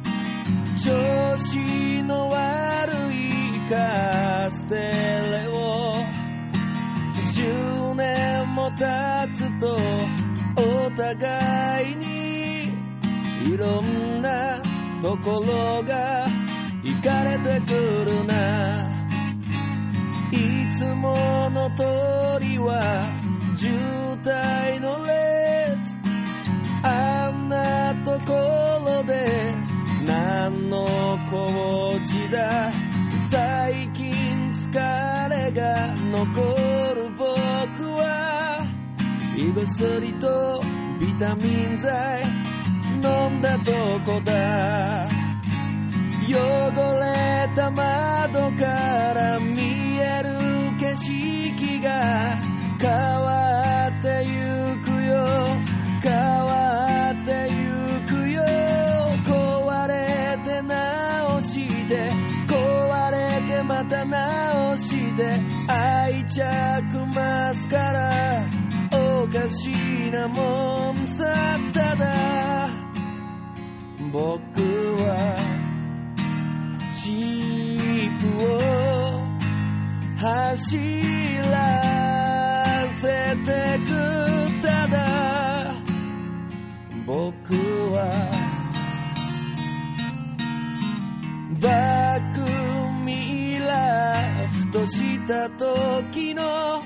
Speaker 3: 調子の悪いカステレオ10年も経つとお互いにいろんなところが行かれてくるないつもの通りは渋滞の列あんなところで何の工事だ最近疲れが残る僕は胃薬とビタミン剤飲んだとこだ汚れた窓から見える景色が変わってゆくよ変わってゆくよ壊れて直して壊れてまた直して愛着ますからおかしなもんさただ僕はジープを走らせてくただ僕はバックミラーふとした時の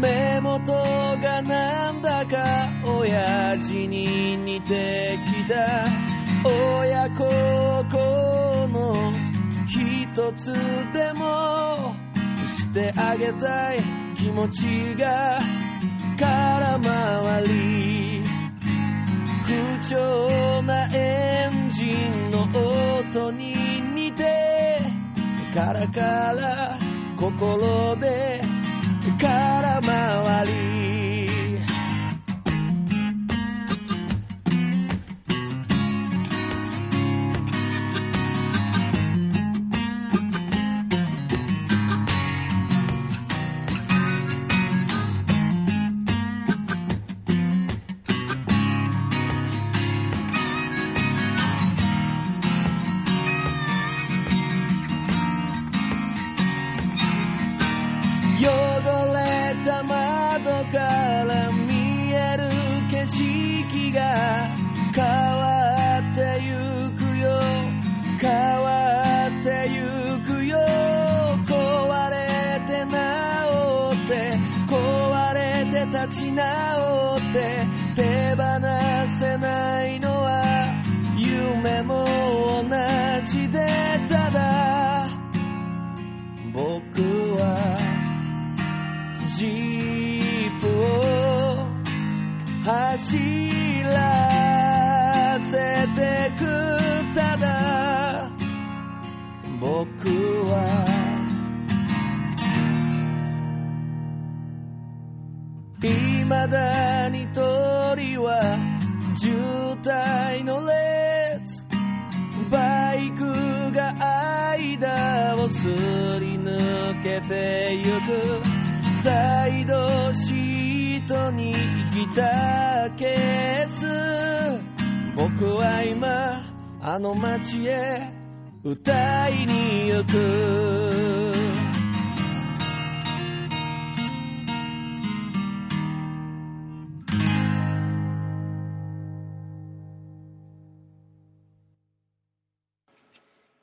Speaker 3: 目元がなんだか親父に似てきた親孝行の一つでもしてあげたい気持ちが空回り不調なエンジンの音に似てカラカラ心で空回り汚れた窓から見える景色が変わってゆくよ変わってゆくよ壊れて直って壊れて立ち直って手放せないのは夢も同じでただ僕はジープを走らせてくただ僕は未だに鳥は渋帯の列バイクが間をすり抜けてゆくサイドシートにギターケース僕は今あの街へ歌いに行く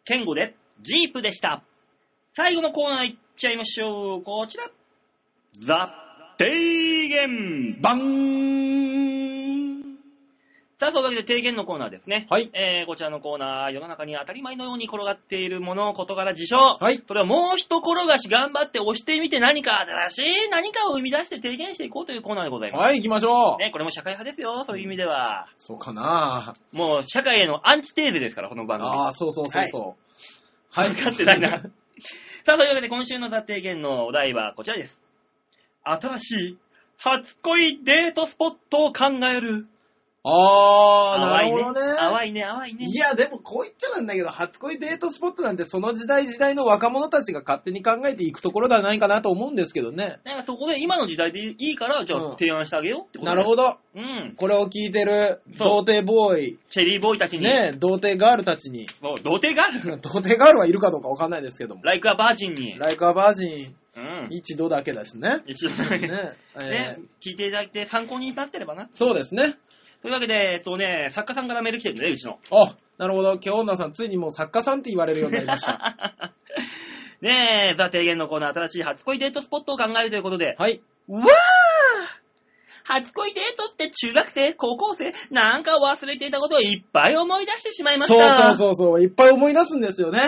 Speaker 1: ケンゴでジープでした。最後のコーナー行っちゃいましょう。こちら。ザ・提言
Speaker 2: バン
Speaker 1: さあ、そういうわけで提言のコーナーですね。
Speaker 2: はい
Speaker 1: えー、こちらのコーナー、世の中に当たり前のように転がっているもの、事柄、事象。
Speaker 2: はい。
Speaker 1: それをもう一転がし頑張って押してみて何か新しい何かを生み出して提言していこうというコーナーでございます。
Speaker 2: はい、行きましょう、
Speaker 1: ね、これも社会派ですよ、そういう意味では。
Speaker 2: そうかな
Speaker 1: もう社会へのアンチテーゼですから、この番組。
Speaker 2: ああ、そうそうそうそう。 はい。
Speaker 1: 分かってないな。さあ、というわけで今週の雑提言のお題はこちらです。新しい初恋デートスポットを考える。
Speaker 2: ああ、なるほどね。
Speaker 1: 淡いね、淡いね。
Speaker 2: いや、でもこう言っちゃなんだけど、初恋デートスポットなんて、その時代時代の若者たちが勝手に考えていくところではないかなと思うんですけどね。
Speaker 1: だからそこで今の時代でいいから、じゃあ
Speaker 2: うん
Speaker 1: 提案してあげようってこと
Speaker 2: なるほ
Speaker 1: ど。
Speaker 2: ど。
Speaker 1: うん。
Speaker 2: これを聞いてる、
Speaker 1: そ
Speaker 2: 童
Speaker 1: う
Speaker 2: 貞ボーイ、
Speaker 1: チェリーボーイたちに、
Speaker 2: ね、童貞ガールたちに、
Speaker 1: もう童貞がある。
Speaker 2: 童貞ガールはいるかどうかわかんないですけども、
Speaker 1: ライクアバージンに。
Speaker 2: ライカーバージ
Speaker 1: うん
Speaker 2: ン、。一度だけだしね。
Speaker 1: 一応、
Speaker 2: ね
Speaker 1: ね、
Speaker 2: えー
Speaker 1: 聞いていただいて参考になってればな。
Speaker 2: そうですね。
Speaker 1: というわけで、えっとね、作家さんからメール来てるんでね、うちの。
Speaker 2: あ、なるほど。今日女さん、ついにもう作家さんって言われるようになり ました。
Speaker 1: ねえ、ザ・提言のコーナー、新しい初恋デートスポットを考えるということで、
Speaker 2: はい。
Speaker 1: うわー初恋デートって中学生、高校生、なんか忘れていたことをいっぱい思い出してしまいまし
Speaker 2: そう
Speaker 1: た。
Speaker 2: そうそうそう、いっぱい思い出すんですよね。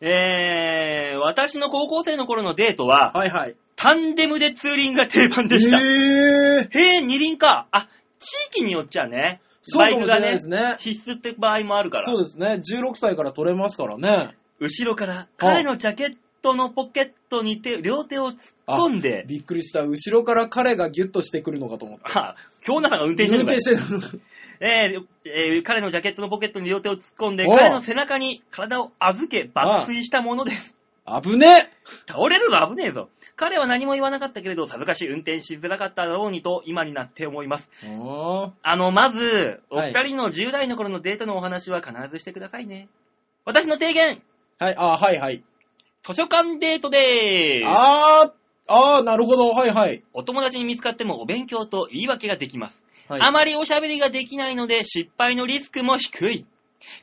Speaker 1: えー、私の高校生の頃のデートは、
Speaker 2: はいはい。
Speaker 1: タンデムでツーリングが定番でした。
Speaker 2: えー、
Speaker 1: へえ、二輪か。あ、地域によっちゃね、
Speaker 2: そうかもしれないですね。
Speaker 1: 必須って場合もあるから。
Speaker 2: そうですね。16歳から取れますからね。
Speaker 1: 後ろから彼のジャケットのポケットに手両手を突っ込んで、
Speaker 2: びっくりした。後ろから彼がギュッとしてくるのかと思った。
Speaker 1: あ、京奈さんが運転して
Speaker 2: 運
Speaker 1: るのかい
Speaker 2: 転してるのか。
Speaker 1: えーえー彼のジャケットのポケットに両手を突っ込んで、
Speaker 2: おう
Speaker 1: 彼の背中に体を預け、爆睡したものです。
Speaker 2: 危ねえ
Speaker 1: 倒れるぞ、危ねえぞ。彼は何も言わなかったけれど、恥ずかしい運転しづらかっただろうにと、今になって思います。
Speaker 2: あ
Speaker 1: あの、まず、お
Speaker 2: は
Speaker 1: 二
Speaker 2: い
Speaker 1: 人の10代の頃のデートのお話は必ずしてくださいね。私の提言、
Speaker 2: ーはい、あーはいはい。
Speaker 1: 図書館デートでーす。
Speaker 2: あー、あー、なるほど。はいはい。
Speaker 1: お友達に見つかってもお勉強と言い訳ができます。
Speaker 2: はい、
Speaker 1: あまりおしゃべりができないので失敗のリスクも低い。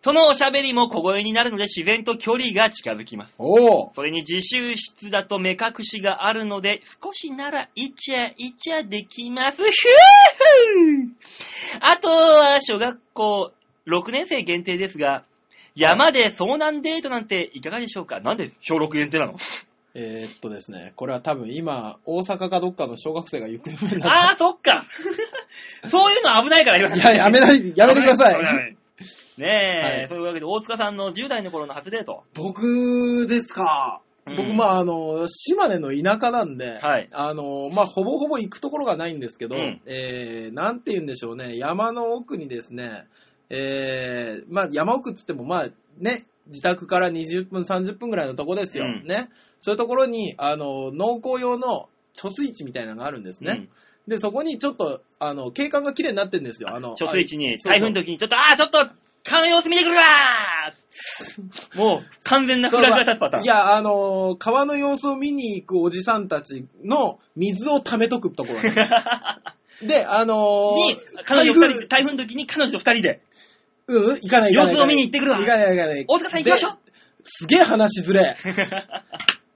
Speaker 1: そのおしゃべりも小声になるので自然と距離が近づきます。
Speaker 2: おー。
Speaker 1: それに自習室だと目隠しがあるので少しならイチャイチャできます。 ひゅーあとは小学校6年生限定ですが、山で遭難デートなんていかがでしょうかなんで小6限定なの
Speaker 2: えー、っとですね、これは多分今、大阪かどっかの小学生が行方不明になっ
Speaker 1: あ あ、そっかそういうの危ないから今
Speaker 2: た。いや、やめない、やめてくださ。
Speaker 1: 危ないい危ないねえ、
Speaker 2: はい
Speaker 1: そういうわけで、大塚さんの10代の頃の初デート。
Speaker 2: 僕ですか。
Speaker 1: う
Speaker 2: 僕、
Speaker 1: ん
Speaker 2: まあ、あの、島根の田舎なんで、
Speaker 1: はい
Speaker 2: あの、まあ、ほぼほぼ行くところがないんですけど、
Speaker 1: うん
Speaker 2: えー、なんて言うんでしょうね、山の奥にですね、えー、まあ、山奥っつっても、まあ、ね、自宅から20分、30分ぐらいのとこですよ。
Speaker 1: うん
Speaker 2: ね。そういうところに、あの、農耕用の貯水池みたいなのがあるんですね。で、そこにちょっと、あの、景観が綺麗になってるんです
Speaker 1: うん。
Speaker 2: よ。あの、
Speaker 1: 貯水池に、
Speaker 2: そうそう
Speaker 1: 台風の時に、ちょっと、ああ、ちょっと、川の様子見てくるわーもう、完全なフラグが立つパターン。
Speaker 2: いや、あのー川の様子を見に行くおじさんたちの水を溜めとくとこ ろねで、あのー
Speaker 1: に、彼女二人で、
Speaker 2: 台風
Speaker 1: 台風の時に彼女二人で、
Speaker 2: うん、行かない行かない。
Speaker 1: 様子を見に行ってくるわ
Speaker 2: 行かない行かない。
Speaker 1: 大塚さん行きましょう
Speaker 2: でですげえ話ずれ。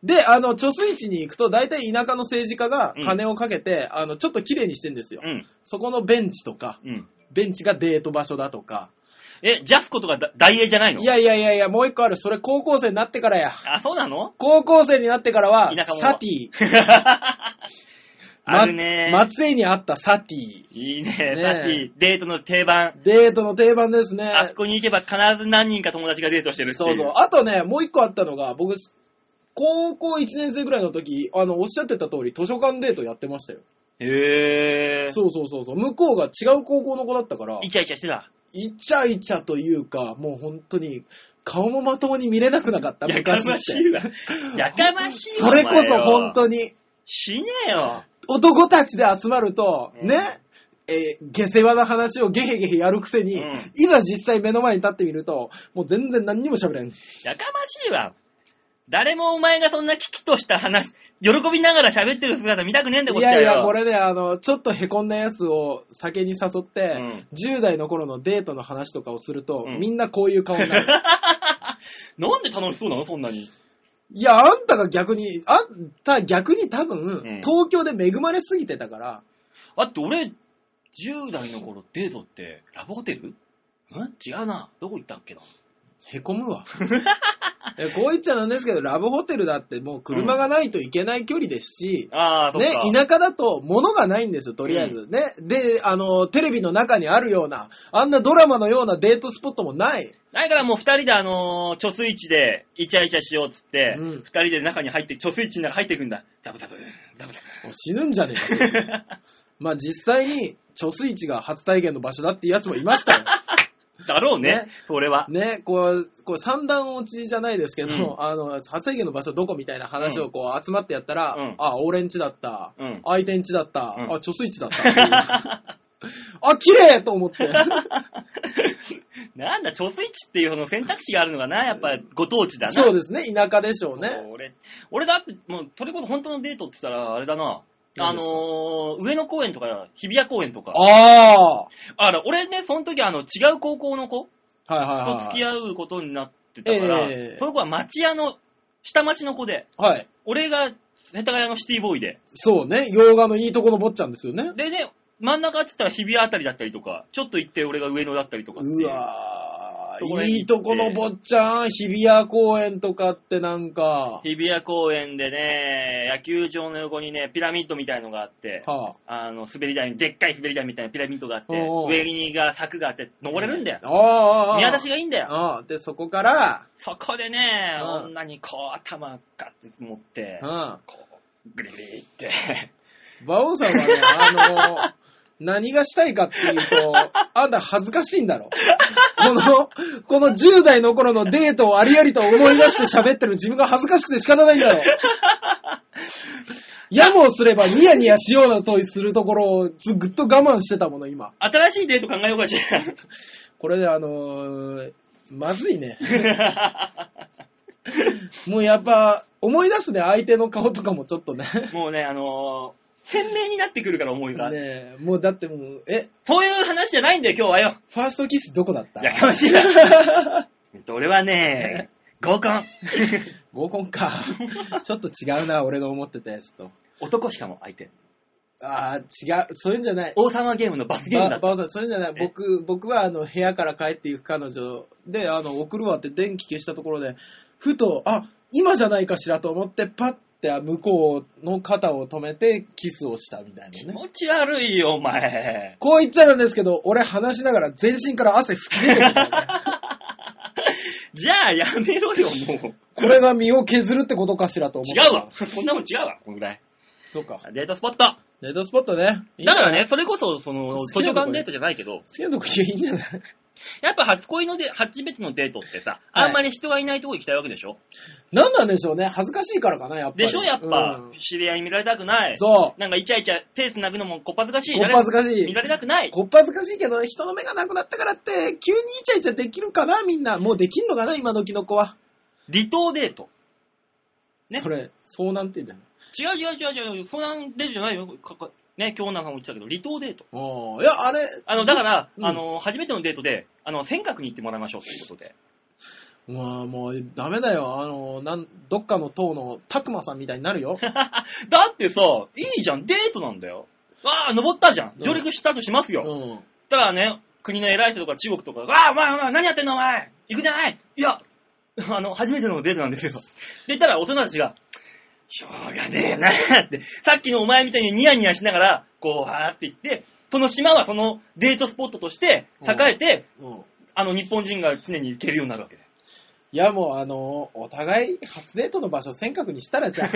Speaker 2: で、あの、貯水池に行くと、大体田舎の政治家が金をかけて、あの、ちょっと綺麗にしてんですよ。
Speaker 1: うん、
Speaker 2: そこのベンチとか、
Speaker 1: うん。
Speaker 2: ベンチがデート場所だとか。
Speaker 1: え、ジャスコとかダダイエーじゃないの
Speaker 2: いやいやいやいや、もう一個ある。それ高校生になってからや。
Speaker 1: あ、そうな の
Speaker 2: 高校生になってからは
Speaker 1: 田舎、者
Speaker 2: サティ。
Speaker 1: あるねー。
Speaker 2: ま松江にあったサティ。
Speaker 1: いいね
Speaker 2: ねえ
Speaker 1: さっき、デートの定番。
Speaker 2: デートの定番ですね。
Speaker 1: あそこに行けば必ず何人か友達がデートしてるってい
Speaker 2: そうそう。あとね、もう一個あったのが、僕、高校1年生ぐらいの時、あの、おっしゃってた通り、図書館デートやってましたよ。
Speaker 1: へえ。
Speaker 2: そうそうそうそう。向こうが違う高校の子だったから、
Speaker 1: イチャイチャしてた。
Speaker 2: イチャイチャというか、もう本当に、顔もまともに見れなくなかった、
Speaker 1: やか
Speaker 2: 昔っ
Speaker 1: ましい
Speaker 2: て。
Speaker 1: わ。やかましい
Speaker 2: そ
Speaker 1: わ。
Speaker 2: れこそ本
Speaker 1: に。
Speaker 2: 当に、
Speaker 1: 死ねよ。
Speaker 2: 男たちで集まると、
Speaker 1: うん
Speaker 2: ね、えー下世話な話をゲヘゲヘやるくせに、
Speaker 1: うん
Speaker 2: いざ実際目の前に立ってみると、もう全然何にも喋れん。
Speaker 1: やかましいわ。誰もお前がそんな危機とした話、喜びながら喋ってる姿見たくねえんだこっ
Speaker 2: い
Speaker 1: ちは
Speaker 2: や
Speaker 1: よ。
Speaker 2: いや、これね、あの、ちょっとへこんだやつを酒に誘って、10代の頃のデートの話とかをすると、
Speaker 1: うん
Speaker 2: みんなこういう顔になる。
Speaker 1: なんで楽しそうなのそんなに。
Speaker 2: いや、あんたが逆に、あんた逆に多分、
Speaker 1: ん
Speaker 2: 東京で恵まれすぎてたから、
Speaker 1: あって俺、10代の頃デートってラブホテルん違うな。どこ行ったっけな。
Speaker 2: へ こむわ。いやこう言っちゃなんですけど、ラブホテルだってもう車がないといけない距離ですし、
Speaker 1: ああ、そっ
Speaker 2: ね
Speaker 1: か。、
Speaker 2: 田舎だと物がないんですよ、とりあえず。ね。で、あの、テレビの中にあるような、あんなドラマのようなデートスポットもない。
Speaker 1: だからもう二人であのー貯水池でイチャイチャしようっつって、二、
Speaker 2: うん
Speaker 1: 人で中に入って、貯水池の中入っていくんだ。ザブザブ、ザブザ
Speaker 2: もう死ぬんじゃねえかそいつ、 まあ実際に、貯水池が初体験の場所だっていうやつもい ましたよ。
Speaker 1: ブ。だろうね、
Speaker 2: ね
Speaker 1: それは。
Speaker 2: ね、こう、こう三段落ちじゃないですけど、
Speaker 1: うん
Speaker 2: あの、初体験の場所どこみたいな話をこう集まってやったら、
Speaker 1: うん
Speaker 2: あ、俺んちだった、
Speaker 1: うん
Speaker 2: 相手んちだった、
Speaker 1: うん
Speaker 2: あ、貯水池だったっていう。あ、綺麗 と思って。
Speaker 1: なんだ、貯水池っていうその選択肢があるのがな、やっぱご当地だな。
Speaker 2: そうですね、田舎でしょうね。
Speaker 1: 俺、俺だって、もう、それこそ本当のデートって言ったら、あれだな。あ
Speaker 2: 何ですか
Speaker 1: のー、上野公園とか、日比谷公園とか。
Speaker 2: あ
Speaker 1: あら、俺ね、その時、あの、違う高校の子
Speaker 2: あはいはい
Speaker 1: と
Speaker 2: はい。
Speaker 1: 付き合うことになってたから、
Speaker 2: ええ
Speaker 1: その子は町屋の、下町の子で、
Speaker 2: はい。
Speaker 1: 俺が、世田谷のシティボーイで。
Speaker 2: そうね、洋画のいいとこの坊ちゃんですよね。
Speaker 1: でね、真ん中って言ったら日比谷あたりだったりとか、ちょっと行って俺が上野だったりとかっていう
Speaker 2: わ
Speaker 1: そこ
Speaker 2: ー、
Speaker 1: へ行って
Speaker 2: いいとこの坊ちゃん、日比谷公園とかってなんか、
Speaker 1: 日比谷公園でね、野球場の横にね、ピラミッドみたいのがあって、
Speaker 2: は
Speaker 1: あの、滑り台に、でっかい滑り台みたいなピラミッドがあって、
Speaker 2: おうおう
Speaker 1: 上にが柵があって、登れるんだよ
Speaker 2: あ、。ああ、
Speaker 1: 見渡し
Speaker 2: が
Speaker 1: がいいんだよ。
Speaker 2: ああ、で、そこから、
Speaker 1: そこでね、
Speaker 2: うん
Speaker 1: 女にこう頭ガッて持って
Speaker 2: う、ん。
Speaker 1: こう、グリグリって。
Speaker 2: 馬王さんはね、あの、何がしたいかっていうと、あんた恥ずかしいんだろ。この、この10代の頃のデートをありありと思い出して喋ってる自分が恥ずかしくて仕方ないんだろ。やもすればニヤニヤしようなとするところをずっと我慢してたもの、今。
Speaker 1: 新しいデート考えようかし ら。
Speaker 2: これであのーまずいね。もうやっぱ、思い出すね、相手の顔とかもちょっとね。
Speaker 1: もうね、あのー鮮明になってくるから思いが。
Speaker 2: ねえもうだってもう、え、
Speaker 1: そういう話じゃないんだよ、今日はよ。
Speaker 2: ファーストキスどこだった
Speaker 1: やかましいな。俺はね、 合コン。
Speaker 2: 合コンか。 ちょっと違うな、俺の思ってたやつと。
Speaker 1: 男しかも相手。
Speaker 2: ああ、違う。そういうんじゃない。
Speaker 1: 王様ゲームの罰ゲームだ
Speaker 2: ば
Speaker 1: った。
Speaker 2: ばあさん、そういうんじゃない。
Speaker 1: え
Speaker 2: 僕、僕は、あの、部屋から帰っていく彼女で、あの、送るわって電気消したところで、ふと、あ、今じゃないかしらと思って、パッてあ向こうの肩を止めて、キスをしたみたい
Speaker 1: 気
Speaker 2: なね。
Speaker 1: 持ち悪いよ、お前。
Speaker 2: こう言っちゃなんですけど、俺話しながら全身から汗吹き出てくるんだ よね。
Speaker 1: じゃあ、やめろよ、もう。
Speaker 2: これが身を削るってことかしらと思って。
Speaker 1: 違う わ。こんなもん違うわ、このぐらい。
Speaker 2: そうか。
Speaker 1: デートスポット。
Speaker 2: デートスポットね。いいんじ
Speaker 1: だ
Speaker 2: ゃ
Speaker 1: か
Speaker 2: ない
Speaker 1: らね、それこそ、その、
Speaker 2: 好
Speaker 1: 図書
Speaker 2: きなとこ
Speaker 1: 館デートじゃないけど、
Speaker 2: 好きなとこ行けばいいんじゃない
Speaker 1: やっぱ初恋ので、初めてのデートってさ、あんまり人がいないとこ行きたいわけでしょ、
Speaker 2: なんなんでしょうね。恥ずかしいからかな、やっぱり。
Speaker 1: でしょやっぱ、
Speaker 2: うん
Speaker 1: 知り合いに見られたくない。
Speaker 2: そ
Speaker 1: なんかイチャイチャ、手繋ぐのもこっぱずかしい。
Speaker 2: こっぱずかしい
Speaker 1: 誰も見られたくな
Speaker 2: う。
Speaker 1: い。
Speaker 2: こっぱずかしいけど、人の目がなくなったからって、急にイチャイチャできるかな、みんな。もうできんのかな、今時の子は。
Speaker 1: 離島デート。ね
Speaker 2: それ、そうなんて言うんじゃない
Speaker 1: 違う違う違う違う、そんなんデートじゃないよ。かかね、今日なんかも言ってたけど、離島デート。
Speaker 2: おーいや、あれ、
Speaker 1: あの、だから、
Speaker 2: うん
Speaker 1: あの、初めてのデートで、あの、尖閣に行ってもらいましょうということで。
Speaker 2: まあ、もう、ダメだよ。あの、なん、どっかの党のたくまさんみたいにな るよ。
Speaker 1: だってさ、いいじゃん、デートなんだよ。わあ、登ったじゃん。上陸スタートしますよ。
Speaker 2: うん。
Speaker 1: だからね、国の偉い人とか中国とかが、わあ、お前お前、何やってんのお前行くじゃないいや、 あの、初めてのデートなんですよ。って言ったら大人たちが、しょうがねえなって、さっきのお前みたいにニヤニヤしながら、こう、わーって言って、その島はそのデートスポットとして栄えて、
Speaker 2: うん。
Speaker 1: あの、日本人が常に行けるようになるわけだよ。
Speaker 2: いや、もう、あの、お互い、初デートの場所、尖閣にした らじゃん。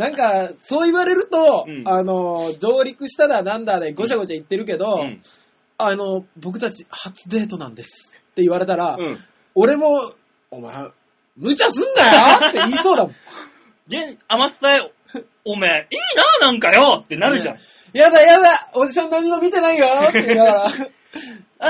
Speaker 2: なんか、そう言われると、
Speaker 1: うん
Speaker 2: あの、上陸しただなんだで、ごちゃごちゃ言ってるけど、
Speaker 1: うん
Speaker 2: あの、僕たち初デートなんですって言われたら、
Speaker 1: うん。
Speaker 2: 俺も、お前、無茶すんなよって言いそうだもん。
Speaker 1: 現、甘さえ、おめえ、いいな、なんかよって なるじゃん。
Speaker 2: ねやだやだおじさん何も見てないよって言いながら。
Speaker 1: あ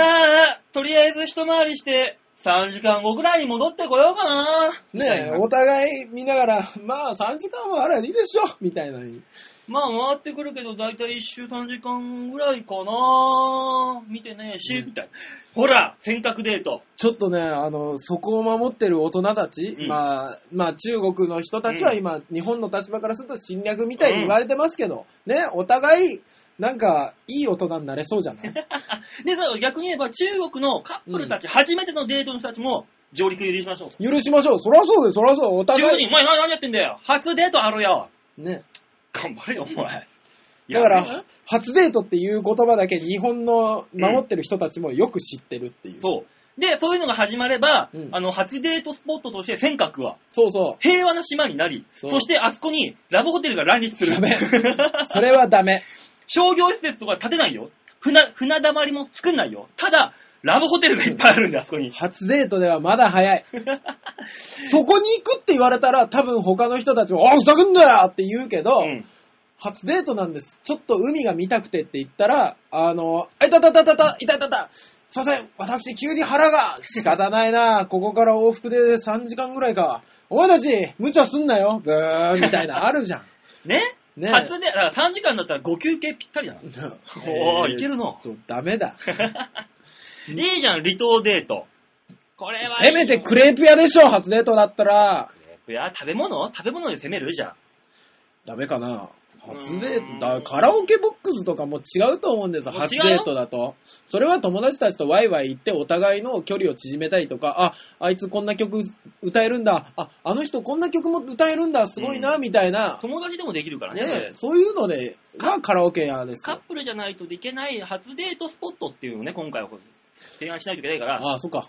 Speaker 1: あ、とりあえず一回りして、3時間後くらいに戻ってこようかな。
Speaker 2: ねえ、
Speaker 1: お
Speaker 2: お互い見ながら、まあ3時間はあればいいでしょみたいなに。
Speaker 1: まあ回ってくるけど、だいたい1週3時間ぐらいかな。見てねえし、
Speaker 2: うん
Speaker 1: みたいな。ほら、尖閣デート。
Speaker 2: ちょっとね、あの、そこを守ってる大人たち、
Speaker 1: うん
Speaker 2: まあ、まあ中国の人たちは
Speaker 1: うん
Speaker 2: 今、日本の立場からすると侵略みたいに言われてますけど、ね、お互い、なんか、いい大人になれそうじゃ ない
Speaker 1: で、さ逆に言えば中国のカップルたち、初めてのデートの人たちも上陸入りしましょう。
Speaker 2: 許しましょう。そらそうです、そらそう。お
Speaker 1: 中国
Speaker 2: 互
Speaker 1: に、
Speaker 2: い。
Speaker 1: お前何何やってんだよ。初デートあるよ。
Speaker 2: ね。
Speaker 1: 頑張れよ、お前。
Speaker 2: だか
Speaker 1: やべえ
Speaker 2: ら、初デートっていう言葉だけ日本の守ってる人たちもよく知ってるっていう。
Speaker 1: そう。で、そういうのが始まれば、
Speaker 2: うん
Speaker 1: あの、初デートスポットとして尖閣は
Speaker 2: そうそ
Speaker 1: 平和な島になり、
Speaker 2: そ
Speaker 1: そうしてあそこにラブホテルが乱立する
Speaker 2: やべ。う。それはダメ。
Speaker 1: 商業施設とか建てないよ。船、船だまりも作んないよ。ただ、ラブホテルがいっぱいあるんだ、あそこに。
Speaker 2: 初デートではまだ早い。そこに行くって言われたら、多分他の人たちも、あふざけんなよって言うけど、
Speaker 1: うん。
Speaker 2: 初デートなんです。ちょっと海が見たくてって言ったら、あの、あいたたたたた、いたたた、すいません、私急に腹が、仕方ないな、ここから往復で3時間ぐらいか。お前たち、無茶すんなよ、ブーみたいな、あるじゃん。
Speaker 1: ね
Speaker 2: ね
Speaker 1: 初で、だから3時間だったら5休憩ぴったりだな。 おーいけるの
Speaker 2: えーっとダメだ。
Speaker 1: いいじゃん、離島デート。これはいいよ
Speaker 2: せめてクレープ屋でしょ、初デートだったら。
Speaker 1: いや、食べ物食べ物で攻めるじゃん。
Speaker 2: ダメかな
Speaker 1: うーん
Speaker 2: 初デートだ、カラオケボックスとかも違うと思うんですよ、
Speaker 1: もう
Speaker 2: 初
Speaker 1: 違う
Speaker 2: デ
Speaker 1: よ
Speaker 2: ートだと。それは友達たちとワイワイ行ってお互いの距離を縮めたりとか、あ、あいつこんな曲歌えるんだ、あ、あの人こんな曲も歌えるんだ、すごいな、
Speaker 1: うん
Speaker 2: みたいな、
Speaker 1: 友達でもできるからね。
Speaker 2: ね、そういうので、がカラオケ屋です
Speaker 1: カッ
Speaker 2: よ。
Speaker 1: プルじゃないといけない初デートスポットっていうのをね、今回は提案しないといけないから、
Speaker 2: ああ、そっか。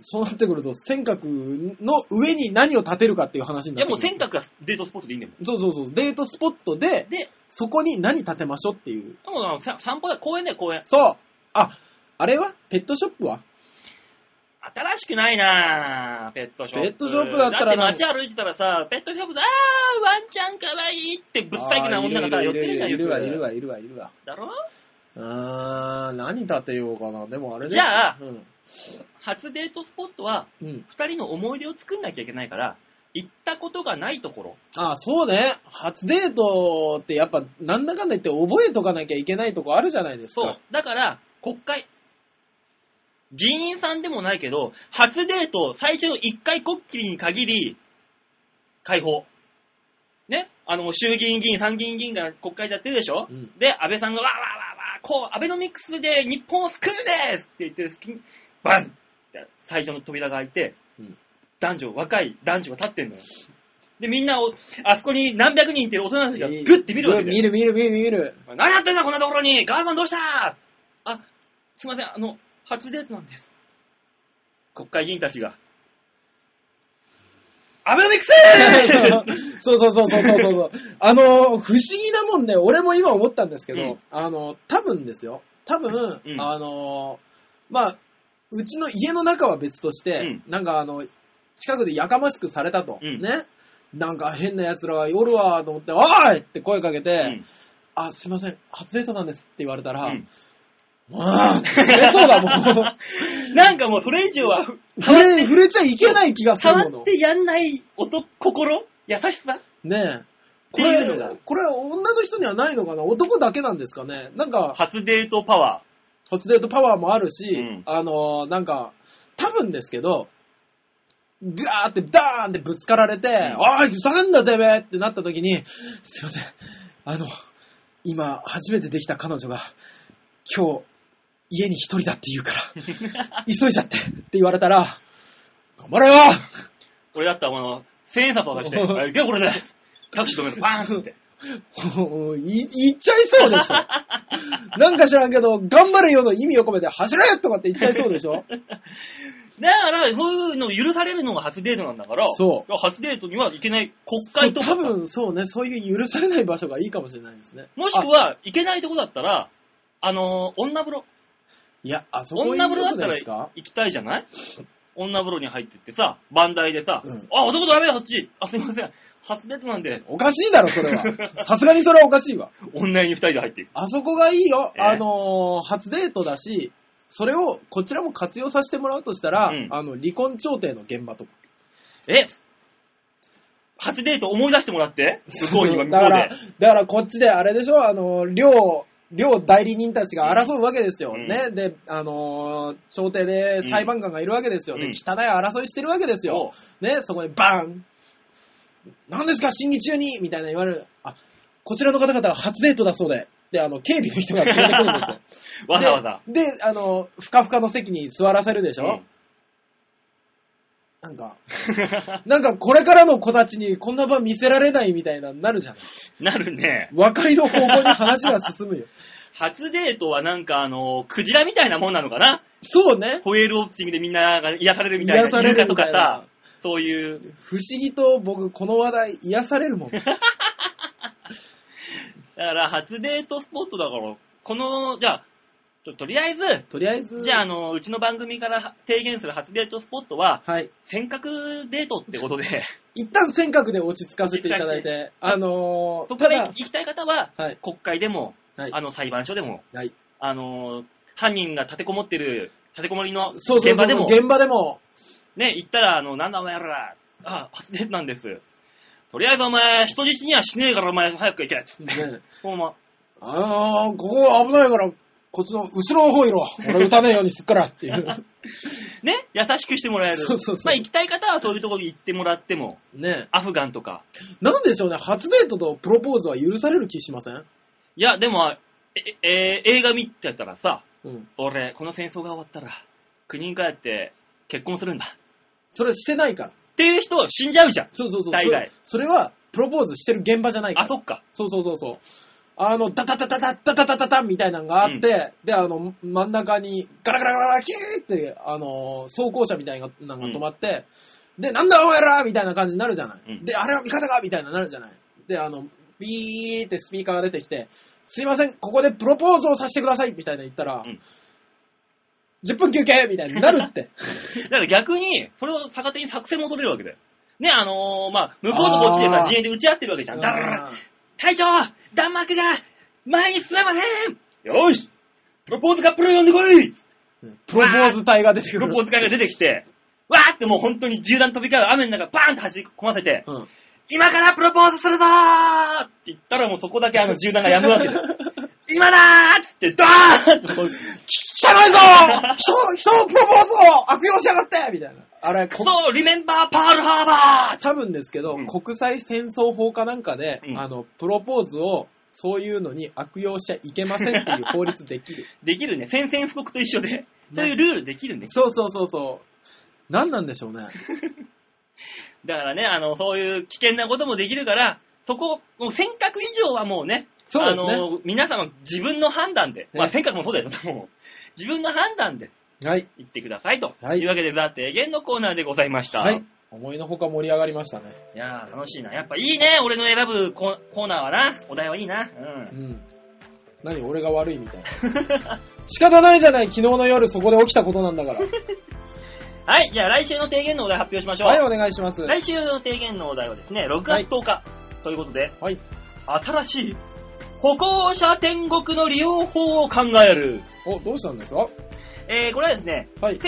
Speaker 2: そうなってくると、尖閣の上に何を建てるかっていう話に
Speaker 1: い
Speaker 2: なっ
Speaker 1: やも
Speaker 2: てくる。
Speaker 1: う尖閣がデートスポットでいいんだよ。
Speaker 2: そうそうそう、デートスポットで、
Speaker 1: で、
Speaker 2: そこに何建てましょうっていう。
Speaker 1: もうあのさ散歩だ、公園だよ、公園。
Speaker 2: そう。あ、あれはペットショップは
Speaker 1: 新しくないなぁ、ペットショップ。
Speaker 2: ペットショップだったら
Speaker 1: だって街歩いてたらさ、ペットショップで、あー、ワンちゃんかわいいってぶっさいくな女がさ、寄ってるじゃん、
Speaker 2: いるわ、
Speaker 1: よく
Speaker 2: いるわ、いるわ、いるわ。
Speaker 1: だろ
Speaker 2: あー、何建てようかな。でもあれね
Speaker 1: じゃあ
Speaker 2: うん。
Speaker 1: 初デートスポットは、
Speaker 2: うん。
Speaker 1: 二人の思い出を作んなきゃいけないから、行ったことがないところ。
Speaker 2: あ、そうね。初デートってやっぱ、なんだかんだ言って覚えとかなきゃいけないとこあるじゃないですか。
Speaker 1: そう。だから、国会。議員さんでもないけど、初デート、最初の一回こっきりに限り、解放。ねあの、衆議院議員、参議院議員が国会でやってるでしょ、
Speaker 2: うん
Speaker 1: で、安倍さんが、わーわーわーわー、こう、アベノミクスで日本を救うんですって言ってる隙に、バンって最初の扉が開いて、
Speaker 2: うん
Speaker 1: 男女、若い男女が立ってんのよ。で、みんなを、あそこに何百人っていう大人たちがグッて見るわけだよ
Speaker 2: 見る見る見る見る。
Speaker 1: 何やってんだこんなところにガーマンどうしたあ、すいません、あの、初デートなんです。国会議員たちが。アベノミクス
Speaker 2: そうそうそうそうそうそうそう。あの、不思議なもんで、俺も今思ったんですけど、
Speaker 1: うん
Speaker 2: あの、多分ですよ。多分、
Speaker 1: うん
Speaker 2: あの、まあ、うちの家の中は別として、なんかあの、近くでやかましくされたと。
Speaker 1: うん
Speaker 2: ね。なんか変な奴らがおるわと思って、おーいって声かけて、
Speaker 1: うん
Speaker 2: あ、すいません、初デートなんですって言われたら、
Speaker 1: うん
Speaker 2: わーって触れそうだもん。
Speaker 1: なんかもうそれ以上は、
Speaker 2: 触れ、触れちゃいけない気がするもの。
Speaker 1: 触ってやんない男、心優しさ
Speaker 2: ねえ。
Speaker 1: って
Speaker 2: こ
Speaker 1: いうの
Speaker 2: れ
Speaker 1: が、
Speaker 2: これは女の人にはないのかな男だけなんですかねなんか、
Speaker 1: 初デートパワ
Speaker 2: 初デートパワーもあるし、
Speaker 1: うん
Speaker 2: あのーなんか、多分ですけど、ガーってダーンってぶつかられて、おい、ふざけんなてめえってなった時に、すいません、あの、今、初めてできた彼女が、今日、家に一人だって言 うから、急いじゃってって言われたら、頑張れよ
Speaker 1: ー。俺だったらこの、千円札渡 して、あいけこれだタクシー止める、バーンっつって。
Speaker 2: もう い言っちゃいそうでしょ。 なんか知らんけど、頑張れよの意味を込めて、走れとかって言っちゃいそうで しょ。
Speaker 1: だから、そういうの許されるのが初デートなんだから、。
Speaker 2: そう
Speaker 1: 初デートにはいけない国会とか
Speaker 2: 多、分そうね、そういう許されない場所がいいかもしれないですね。
Speaker 1: もしくは、いけないとこだったら、あのー、女風呂。
Speaker 2: あいや、あそこ
Speaker 1: 女風呂だっ
Speaker 2: いいと
Speaker 1: た
Speaker 2: こ
Speaker 1: ら
Speaker 2: ですか
Speaker 1: 行きたいじゃない女風呂に入ってってさ、バンダイでさ、
Speaker 2: うん
Speaker 1: あ、男ダメだ、そっち。あ、すいません。初デートなんで、
Speaker 2: おかしいだろ、それは。 さすがにそれはおかしいわ。
Speaker 1: 女に二人で入っていく。
Speaker 2: あそこがいいよ。
Speaker 1: え
Speaker 2: あのー初デートだし、それをこちらも活用させてもらうとしたら、
Speaker 1: うん
Speaker 2: あの、離婚調停の現場とか。
Speaker 1: え初デート思い出してもらってすごい今、向こ
Speaker 2: だ
Speaker 1: う
Speaker 2: から
Speaker 1: で。、
Speaker 2: だからこっちであれでしょ、あのー両、両代理人たちが争うわけですよ。
Speaker 1: うん
Speaker 2: ね。で、あのー調停で裁判官がいるわけですよ。
Speaker 1: うん
Speaker 2: で、汚い争いしてるわけですよ。ね、そこにバーン何ですか審議中にみたいな言われる。あ、こちらの方々は初デートだそうで。で、あの、警備の人が連れてくるんですよ。
Speaker 1: お わざわざ。
Speaker 2: で、であの、ふかふかの席に座らせるでしょ、
Speaker 1: うん
Speaker 2: なんか、なんかこれからの子たちにこんな場見せられないみたいな、なるじゃん。
Speaker 1: なるね。
Speaker 2: 和解の方向に話が進むよ。
Speaker 1: 初デートはなんかあの、クジラみたいなもんなのかな
Speaker 2: そうね。
Speaker 1: ホエールウォッチングでみんなが癒されるみたいな。
Speaker 2: 癒される
Speaker 1: イルカと
Speaker 2: みた
Speaker 1: か
Speaker 2: い
Speaker 1: さ
Speaker 2: な。、
Speaker 1: そういう。
Speaker 2: 不思議と僕、この話題、癒されるもん。
Speaker 1: だから初デートスポットだから、この、じゃあ、ととりあえず、
Speaker 2: とりあえず、
Speaker 1: じゃあ、あの、うちの番組から提言する初デートスポットは、
Speaker 2: はい。
Speaker 1: 尖閣デートってことで、
Speaker 2: 一旦尖閣で落ち着かせていただいて、あの
Speaker 1: そこ
Speaker 2: ー、
Speaker 1: か
Speaker 2: た
Speaker 1: ら
Speaker 2: だ
Speaker 1: 行、き行きたい方は、
Speaker 2: はい、
Speaker 1: 国会でも、
Speaker 2: はい
Speaker 1: あの、裁判所でも、
Speaker 2: はい。
Speaker 1: あの、犯人が立てこもってる、立てこもりの
Speaker 2: そうそうそう、
Speaker 1: 現場でも、
Speaker 2: 現場でも、
Speaker 1: ね、行ったら、あの、なんだお前ら、あ、初デートなんです。とりあえずお前、人質にはしねえからお前早く行け、 つって。
Speaker 2: ね、
Speaker 1: ほんま。
Speaker 2: あのー、ここ危ないから、こっちの後ろの方いろ。俺撃たねえようにすっからっていう。
Speaker 1: ね、優しくしてもらえる。
Speaker 2: そうそうそう
Speaker 1: まあ、行きたい方はそういうところに行ってもらっても、
Speaker 2: ね
Speaker 1: アフガンとか。
Speaker 2: なんでしょうね、初デートとプロポーズは許される気しません
Speaker 1: いや、でも、え、えー映画見てたらさ、
Speaker 2: うん。
Speaker 1: 俺、この戦争が終わったら、国に帰って結婚するんだ。っ
Speaker 2: それしてないから。
Speaker 1: ていう人死んじゃうじゃん。
Speaker 2: そうそうそう。
Speaker 1: 大概
Speaker 2: それそれは、プロポーズしてる現場じゃないか
Speaker 1: あ、
Speaker 2: ら。
Speaker 1: そっか。
Speaker 2: そうそうそうそう。あの、ダダダダダダダダダダみたいなのがあって、で、あの、真ん中にガラガラガラガラキューって、あの、装甲車みたいなのが止まって、で、なんだお前らみたいな感じになるじゃない。
Speaker 1: うん
Speaker 2: で、あれは味方かみたいなのなるじゃない。で、あの、ビーってスピーカーが出てきて、すいません、ここでプロポーズをさせてくださいみたいな言ったら、
Speaker 1: うん
Speaker 2: 10分休憩みたいになる って。
Speaker 1: だから逆に、それを逆手に作戦も取れるわけだよ。ね、あのーまあ、向こうとこっちで
Speaker 2: あ
Speaker 1: さ、
Speaker 2: ー
Speaker 1: 陣営で打ち合ってるわけじゃん。だから、隊長弾幕が前に進めませんよーしプロポーズカップルを呼んでこ い
Speaker 2: うんプロポーズ隊が出てく
Speaker 1: プ
Speaker 2: る。
Speaker 1: ロポーズ会が出てきて、わーってもう本当に銃弾飛び交う雨の中バーンって走り込ませて、
Speaker 2: うん
Speaker 1: 今からプロポーズするぞーって言ったらもうそこだけあの銃弾がやむわけだよ。 今だーっつってドーンってこう、
Speaker 2: 汚いぞ人の、人のプロポーズを悪用しやがってみたいな。あれ、
Speaker 1: ク
Speaker 2: こ
Speaker 1: ソリメンバーパールハーバー
Speaker 2: 多分ですけど、
Speaker 1: うん
Speaker 2: 国際戦争法かなんかで、
Speaker 1: うん
Speaker 2: あの、プロポーズを、そういうのに悪用しちゃいけませんっていう法律で きる。
Speaker 1: できるね。宣戦布告と一緒で。そういうルールできるね。
Speaker 2: そうそうそうそう。何なんでしょ うね。
Speaker 1: だからね、あの、そういう危険なこともできるから、そこ、もう尖閣以上はもうね、
Speaker 2: そうですね
Speaker 1: あの、皆様自分の判断で、まあ
Speaker 2: ね
Speaker 1: 尖閣もそうだよ、もう自分の判断で
Speaker 2: はい。
Speaker 1: 言ってくださいと。、
Speaker 2: はいいう
Speaker 1: わけで、ザ・提言のコーナーでございました。
Speaker 2: はいい。思いのほか盛り上がりましたね。
Speaker 1: やー、楽しいな。やっぱいいね、俺の選ぶココーナーはな。お題はいいな。
Speaker 2: う
Speaker 1: うん。
Speaker 2: ん。何俺が悪いみたいな。 仕方ないじゃない、昨日の夜そこで起きたことなんだから。
Speaker 1: はい、じゃあ来週の提言のお題発表しましょう。
Speaker 2: はい、お願いします。
Speaker 1: 来週の提言のお題はですね、6月10日、ということで、
Speaker 2: はい
Speaker 1: 新しい歩行者天国の利用法を考える。
Speaker 2: お、どうしたんですか
Speaker 1: えー、これはですね、
Speaker 2: はい。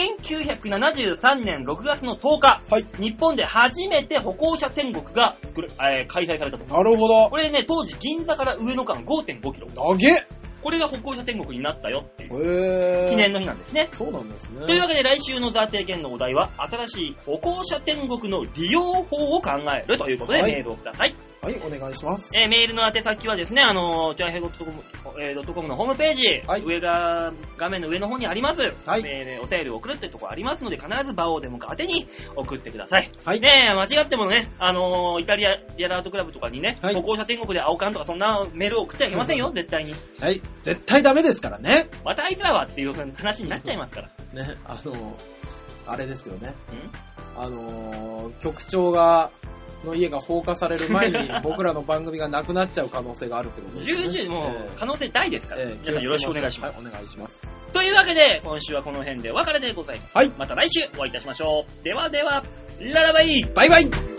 Speaker 1: 1973年6月の10日、
Speaker 2: はい。
Speaker 1: 日本で初めて歩行者天国が作る、えー開催されたと。
Speaker 2: なるほど
Speaker 1: こ。れね、当時銀座から上野間5.5キロ。
Speaker 2: 投げ
Speaker 1: これが歩行者天国になったよっていう
Speaker 2: へ
Speaker 1: 記念の日なんですね。
Speaker 2: そうなんですね。
Speaker 1: というわけで来週のザ・提言のお題は、新しい歩行者天国の利用法を考えるということで
Speaker 2: はい
Speaker 1: メールをください。
Speaker 2: はい、お願いします。
Speaker 1: えーメールの宛先はですね、あのー、チャイヘイドットコム、えードットコムのホームページ、
Speaker 2: はい
Speaker 1: 上が、画面の上の方にあります。
Speaker 2: はい
Speaker 1: メール、お便りを送るってとこありますので、必ず場をデモか宛てに送ってください。
Speaker 2: はい
Speaker 1: ねえ、間違ってもね、あのーイタリア、ヤラートクラブとかにね、
Speaker 2: はい
Speaker 1: 歩行者天国で青缶とかそんなメールを送っちゃいけませんよ、絶対に。
Speaker 2: はい、絶対ダメですからね。
Speaker 1: またあいつらはっていう話になっちゃいますから。
Speaker 2: ね、あの、あれですよね。
Speaker 1: うん
Speaker 2: あのー、局長が、の家が放火される 前に僕らの番組がなくなっちゃう可能性があるってことですね。
Speaker 1: 重々もう可能性大ですから、
Speaker 2: ええ
Speaker 1: 皆さんよろしくお願いします。
Speaker 2: はいお願いします。
Speaker 1: というわけで、今週はこの辺でお別れでございます。
Speaker 2: はい
Speaker 1: また来週お会いいたしましょう。ではでは、ララバイ
Speaker 2: バイバイ